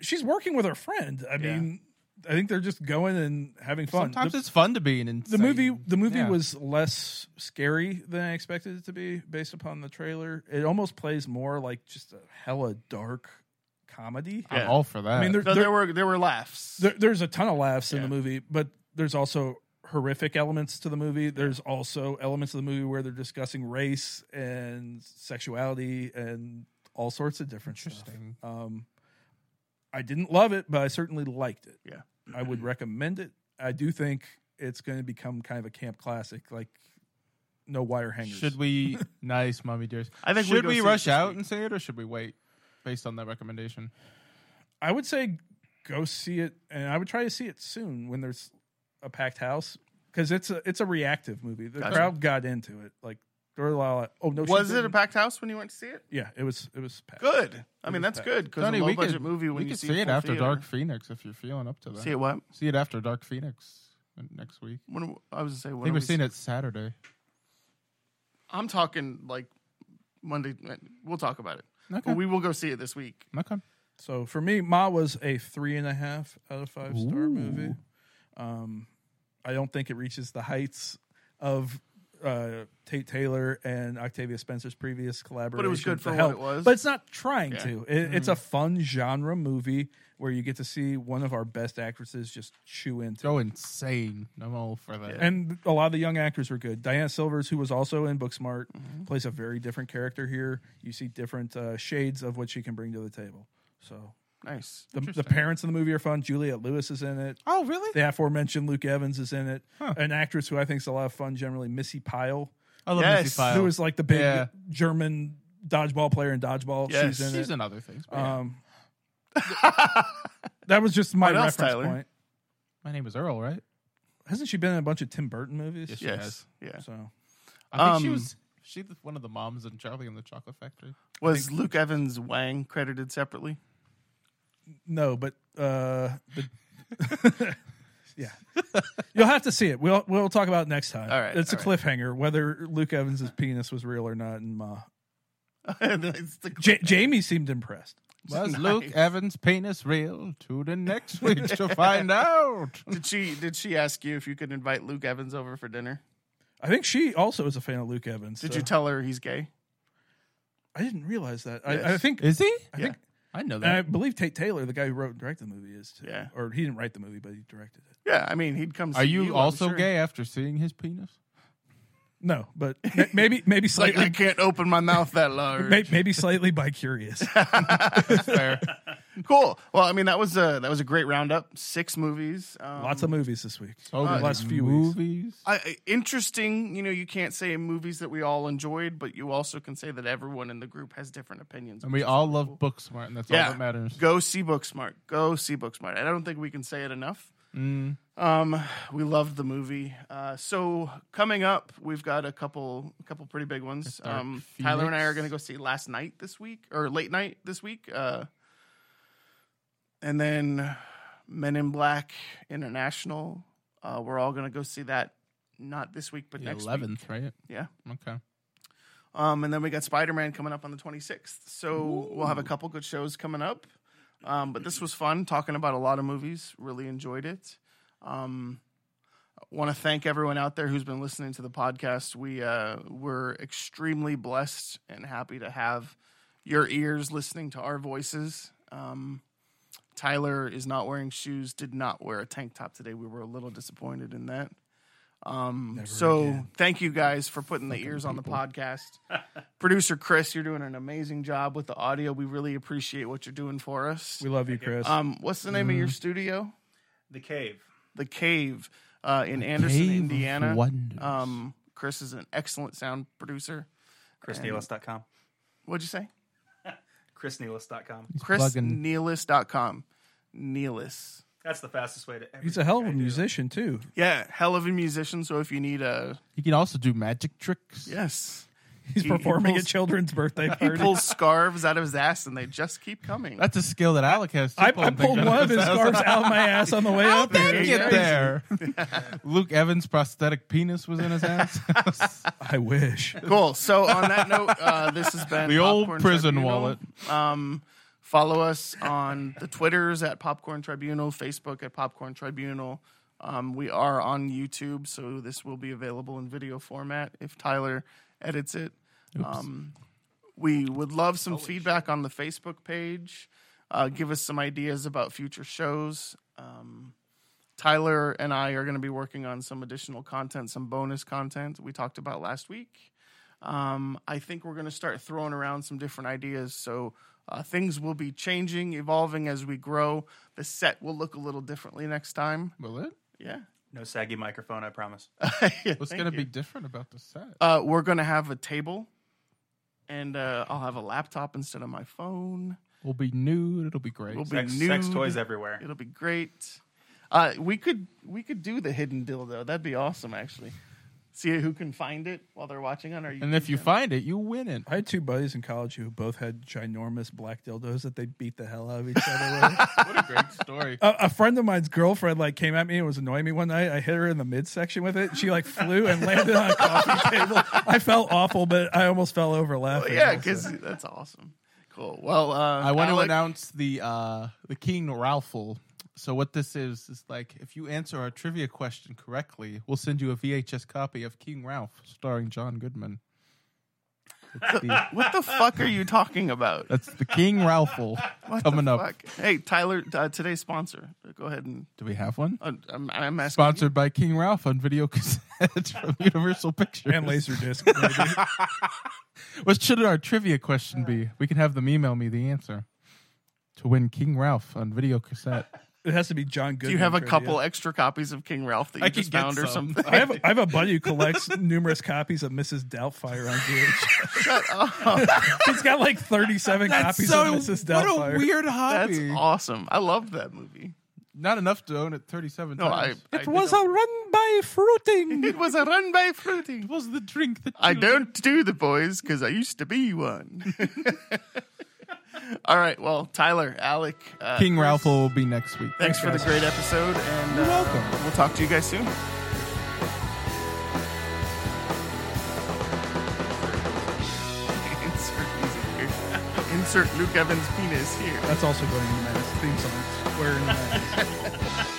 Speaker 4: she's working with her friend. I
Speaker 2: Yeah.
Speaker 4: mean, I think they're just going and having fun.
Speaker 1: Sometimes
Speaker 4: the,
Speaker 1: it's fun to be an
Speaker 4: the
Speaker 1: insane.
Speaker 4: movie the movie
Speaker 1: yeah.
Speaker 4: was less scary than I expected it to be based upon the trailer. It almost plays more like just a hella dark comedy.
Speaker 1: I'm
Speaker 2: Yeah.
Speaker 1: all for that.
Speaker 4: I mean, there,
Speaker 2: No,
Speaker 4: there-
Speaker 2: there were there were laughs.
Speaker 4: there- there's a ton of laughs in the
Speaker 2: Yeah.
Speaker 4: movie, but there's also horrific elements to the movie. There's also elements of the movie where they're discussing race and sexuality and all sorts of different stuff.
Speaker 1: interesting.
Speaker 4: Um, I didn't love it, but I certainly liked it.
Speaker 2: Yeah. Mm-hmm.
Speaker 4: I would recommend it. I do think it's going to become kind of a camp classic, like no wire hangers.
Speaker 1: Should we? nice, mommy dears.
Speaker 2: I think we
Speaker 1: should
Speaker 2: go
Speaker 1: we
Speaker 2: see it
Speaker 1: rush
Speaker 2: this
Speaker 1: out
Speaker 2: week.
Speaker 1: and see it, or should we wait based on that recommendation?
Speaker 4: I would say go see it, and I would try to see it soon when there's a packed house because it's a it's a reactive movie. The
Speaker 2: Gotcha.
Speaker 4: crowd got into it. Like there were a lot. Of, oh no, she
Speaker 2: was it a
Speaker 4: didn't.
Speaker 2: packed house when you went to see it?
Speaker 4: Yeah, it was. It was packed.
Speaker 2: Good. I mean,
Speaker 4: was
Speaker 2: that's
Speaker 4: packed.
Speaker 2: good because
Speaker 1: Tony,
Speaker 2: a low
Speaker 1: we
Speaker 2: budget
Speaker 1: could-
Speaker 2: movie when
Speaker 1: we
Speaker 2: you
Speaker 1: could
Speaker 2: see,
Speaker 1: see it
Speaker 2: full
Speaker 1: after
Speaker 2: theater.
Speaker 1: Dark Phoenix if you're feeling up to that.
Speaker 2: See it what?
Speaker 1: See it after Dark Phoenix next week.
Speaker 2: When I was gonna say
Speaker 1: I
Speaker 2: when
Speaker 1: think we're
Speaker 2: are we-
Speaker 1: seeing it Saturday.
Speaker 2: I'm talking like Monday. We'll talk about it.
Speaker 1: Okay.
Speaker 2: But we will go see it this week.
Speaker 1: okay.
Speaker 4: So for me, Ma was a three and a half out of five star
Speaker 1: Ooh.
Speaker 4: movie. Um, I don't think it reaches the heights of uh, Tate Taylor and Octavia Spencer's previous collaboration.
Speaker 2: good for
Speaker 4: The
Speaker 2: what
Speaker 4: Help,
Speaker 2: it was.
Speaker 4: But it's not trying
Speaker 2: Yeah.
Speaker 4: to. It, It's a fun genre movie where you get to see one of our best actresses just chew into.
Speaker 1: Go insane. I'm all for that.
Speaker 4: And a lot of the young actors were good. Diana Silvers, who was also in Booksmart,
Speaker 2: Mm-hmm.
Speaker 4: plays a very different character here. You see different uh, shades of what she can bring to the table. So
Speaker 2: Nice.
Speaker 4: the, the parents in the movie are fun. Juliet Lewis is in it.
Speaker 1: Oh, really?
Speaker 4: The aforementioned Luke Evans is in it.
Speaker 1: Huh.
Speaker 4: An actress who I think is a lot of fun generally, Missy Pyle,
Speaker 1: I love
Speaker 2: Yes.
Speaker 1: Missy Pyle.
Speaker 4: who is like the big
Speaker 1: Yeah.
Speaker 4: German dodgeball player in dodgeball.
Speaker 2: Yes.
Speaker 4: She's in
Speaker 1: She's
Speaker 4: it.
Speaker 1: in other things. but
Speaker 2: Uh,
Speaker 1: yeah.
Speaker 4: Um, that was just my
Speaker 2: What else,
Speaker 4: reference
Speaker 2: Tyler?
Speaker 4: point.
Speaker 1: My name is Earl, right?
Speaker 4: Hasn't she been in a bunch of Tim Burton movies?
Speaker 1: Yes, she
Speaker 2: Yes. Yeah.
Speaker 4: So
Speaker 1: I think she
Speaker 2: Um,
Speaker 1: was she the- one of the moms in Charlie and the Chocolate Factory.
Speaker 2: Was Luke Evans Wang credited separately?
Speaker 4: no, but uh, the, yeah, you'll have to see it. We'll we'll talk about it next time.
Speaker 2: All right,
Speaker 4: it's a
Speaker 2: all
Speaker 4: cliffhanger whether Luke Evans' penis was real or not. And Ma
Speaker 2: It's the-
Speaker 4: Ja- Jamie seemed impressed.
Speaker 1: Was
Speaker 2: Nice.
Speaker 1: Luke Evans' penis real? Tune in next week to find out.
Speaker 2: did she did she ask you if you could invite Luke Evans over for dinner?
Speaker 4: I think she also is a fan of Luke Evans.
Speaker 2: Did
Speaker 4: so-
Speaker 2: you tell her he's gay?
Speaker 4: I didn't realize that.
Speaker 2: Yes.
Speaker 4: I, I think,
Speaker 1: Is he?
Speaker 4: I think,
Speaker 1: I
Speaker 2: Uh,
Speaker 1: know
Speaker 4: and I
Speaker 1: that.
Speaker 4: believe Tate Taylor, the guy who wrote and directed the movie, is too.
Speaker 2: Yeah.
Speaker 4: Or he didn't write the movie, but he directed it.
Speaker 2: Yeah, I mean he'd come.
Speaker 1: Are
Speaker 2: see
Speaker 1: you,
Speaker 2: I'm
Speaker 1: also
Speaker 2: sure.
Speaker 1: gay after seeing his penis?
Speaker 4: No, but ma- maybe maybe
Speaker 2: Like
Speaker 4: slightly
Speaker 2: I can't open my mouth that large.
Speaker 4: may- maybe slightly by curious.
Speaker 1: Fair.
Speaker 2: Cool. Well, I mean that was a that was a great roundup. Six movies. Um,
Speaker 4: Lots of movies this week.
Speaker 2: Uh,
Speaker 1: So
Speaker 4: the
Speaker 1: many
Speaker 4: last few weeks.
Speaker 1: Oh, movies.
Speaker 2: I- I, interesting. You know, you can't say movies that we all enjoyed, but you also can say that everyone in the group has different opinions.
Speaker 1: And we all love Booksmart, and that's all that matters.
Speaker 2: Go see Booksmart. Go see Booksmart. I don't think we can say it enough.
Speaker 1: Mm.
Speaker 2: Um, we loved the movie. Uh, so coming up, we've got a couple, a couple pretty big ones.
Speaker 1: Dark
Speaker 2: Um, Tyler and I
Speaker 1: Phoenix.
Speaker 2: are going to go see Last Night this week or Late Night this week. Uh, and then Men in Black International. Uh, we're all going to go see that. Not this week, but
Speaker 1: The
Speaker 2: next week.
Speaker 1: 11th, right?
Speaker 2: Yeah.
Speaker 1: Okay.
Speaker 2: Um, and then we got Spider Man coming up on the 26th. So we'll have a couple good shows coming up. Um, but this was fun talking about a lot of movies. Really enjoyed it. Um, Want to thank everyone out there who's been listening to the podcast. We uh, we're extremely blessed and happy to have your ears listening to our voices. Um, Tyler is not wearing shoes. Did not wear a tank top today. We were a little disappointed in that. Um, so thank you guys for putting the ears on the podcast. Producer Chris, you're doing an amazing job with the audio. We really appreciate what you're doing for us.
Speaker 4: We love you, Chris.
Speaker 2: Um, what's the name of
Speaker 1: Mm-hmm.
Speaker 2: your studio?
Speaker 3: The Cave.
Speaker 2: The Cave uh, in Anderson,
Speaker 1: Cave of
Speaker 2: Indiana.
Speaker 1: Wonders.
Speaker 2: Um, Chris is an excellent sound producer.
Speaker 3: ChrisNealis.com.
Speaker 2: What'd you say?
Speaker 3: ChrisNealis.com.
Speaker 2: Chris
Speaker 1: plugging-
Speaker 2: Nealis.com. Nealis.
Speaker 3: That's the fastest way to.
Speaker 4: He's a hell of a
Speaker 3: everything I do.
Speaker 4: musician too.
Speaker 2: Yeah, hell of a musician. So if you need a
Speaker 1: You can also do magic tricks.
Speaker 2: yes,
Speaker 4: He's
Speaker 2: He- he
Speaker 4: performing
Speaker 2: pulls-
Speaker 4: at children's birthday
Speaker 2: He
Speaker 4: party.
Speaker 2: pulls scarves out of his ass, and they just keep coming.
Speaker 1: That's a skill that Alec has. too,
Speaker 4: I, I
Speaker 1: pulling
Speaker 4: pulled
Speaker 1: things
Speaker 4: one of his
Speaker 1: out
Speaker 4: scarves
Speaker 1: his-
Speaker 4: out my ass on the way
Speaker 1: How'd
Speaker 4: up here.
Speaker 1: that get there? Luke Evans' prosthetic penis was in his ass.
Speaker 4: I wish.
Speaker 2: cool. So on that note, uh, this has been
Speaker 1: The old
Speaker 2: Popcorn
Speaker 1: prison
Speaker 2: Tribunal.
Speaker 1: wallet.
Speaker 2: Um, follow us on the Twitters at Popcorn Tribunal, Facebook at Popcorn Tribunal. Um, we are on YouTube, so this will be available in video format if Tyler edits it. Um, we would love some feedback on the Facebook page. Uh, give us some ideas about future shows. Um, Tyler and I are going to be working on some additional content, some bonus content we talked about last week. Um, I think we're going to start throwing around some different ideas. So uh, things will be changing, evolving as we grow. The set will look a little differently next time.
Speaker 1: Will it?
Speaker 2: Yeah.
Speaker 3: No saggy microphone, I promise.
Speaker 2: Yeah,
Speaker 1: What's
Speaker 2: thank
Speaker 1: going to
Speaker 2: you.
Speaker 1: be different about the set?
Speaker 2: Uh, we're going to have a table, and uh, I'll have a laptop instead of my phone.
Speaker 1: We'll be nude. It'll be great.
Speaker 2: We'll be
Speaker 3: Sex, sex
Speaker 2: nude.
Speaker 3: toys everywhere.
Speaker 2: It'll be great. Uh, we could we could do the hidden dildo. That'd be awesome, actually. See who can find it while they're watching on our.
Speaker 1: and if you find it, you win it.
Speaker 4: I had two buddies in college who both had ginormous black dildos that they beat the hell out of each other with.
Speaker 1: what a great story.
Speaker 4: A, a friend of mine's girlfriend like came at me and was annoying me one night. I hit her in the midsection with it. She like flew and landed on a coffee table. I felt awful, but I almost fell over
Speaker 2: Well,
Speaker 4: laughing.
Speaker 2: yeah,
Speaker 4: also.
Speaker 2: because that's awesome. Cool. Well, uh,
Speaker 1: I want
Speaker 2: Alec,
Speaker 1: to announce the uh, the King Ralphful. So what this is is like if you answer our trivia question correctly, we'll send you a VHS copy of King Ralph starring John Goodman. That's the,
Speaker 2: What the fuck are you talking about?
Speaker 1: that's the King Ralphful
Speaker 2: What the
Speaker 1: coming up.
Speaker 2: fuck? Hey, Tyler, uh, today's sponsor. Go ahead and
Speaker 1: Do we have one?
Speaker 2: uh, I'm, I'm asking.
Speaker 1: Sponsored by King Ralph on video cassette from Universal Pictures.
Speaker 4: and Laserdisc. Maybe.
Speaker 1: What should our trivia question be? We can have them email me the answer to win King Ralph on video cassette.
Speaker 4: it has to be John Goodman.
Speaker 2: Do you have a
Speaker 4: trivia.
Speaker 2: couple extra copies of King Ralph that you
Speaker 1: I could
Speaker 2: just
Speaker 1: get
Speaker 2: found or
Speaker 1: some.
Speaker 2: something?
Speaker 4: I have, I have a buddy who collects numerous copies of Mrs. Doubtfire on VHS. He's got like 37 copies of Mrs. Doubtfire.
Speaker 1: what a weird
Speaker 2: That's
Speaker 1: hobby.
Speaker 2: awesome. I love that movie.
Speaker 1: Not enough to own it 37
Speaker 2: No, I,
Speaker 1: times.
Speaker 2: I
Speaker 4: a run by fruiting.
Speaker 2: It was a run by fruity.
Speaker 1: It was the drink that
Speaker 2: I
Speaker 1: you-
Speaker 2: don't do the boys because I used to be one. All right. Well, Tyler, Alec, uh,
Speaker 1: King Ralph will be next week.
Speaker 2: thanks for the great episode, and
Speaker 1: You're
Speaker 2: uh,
Speaker 1: welcome.
Speaker 2: we'll talk to you guys soon. Insert music here. Insert Luke Evans' penis here.
Speaker 4: That's also going in the mask. Theme song. Square in the mask.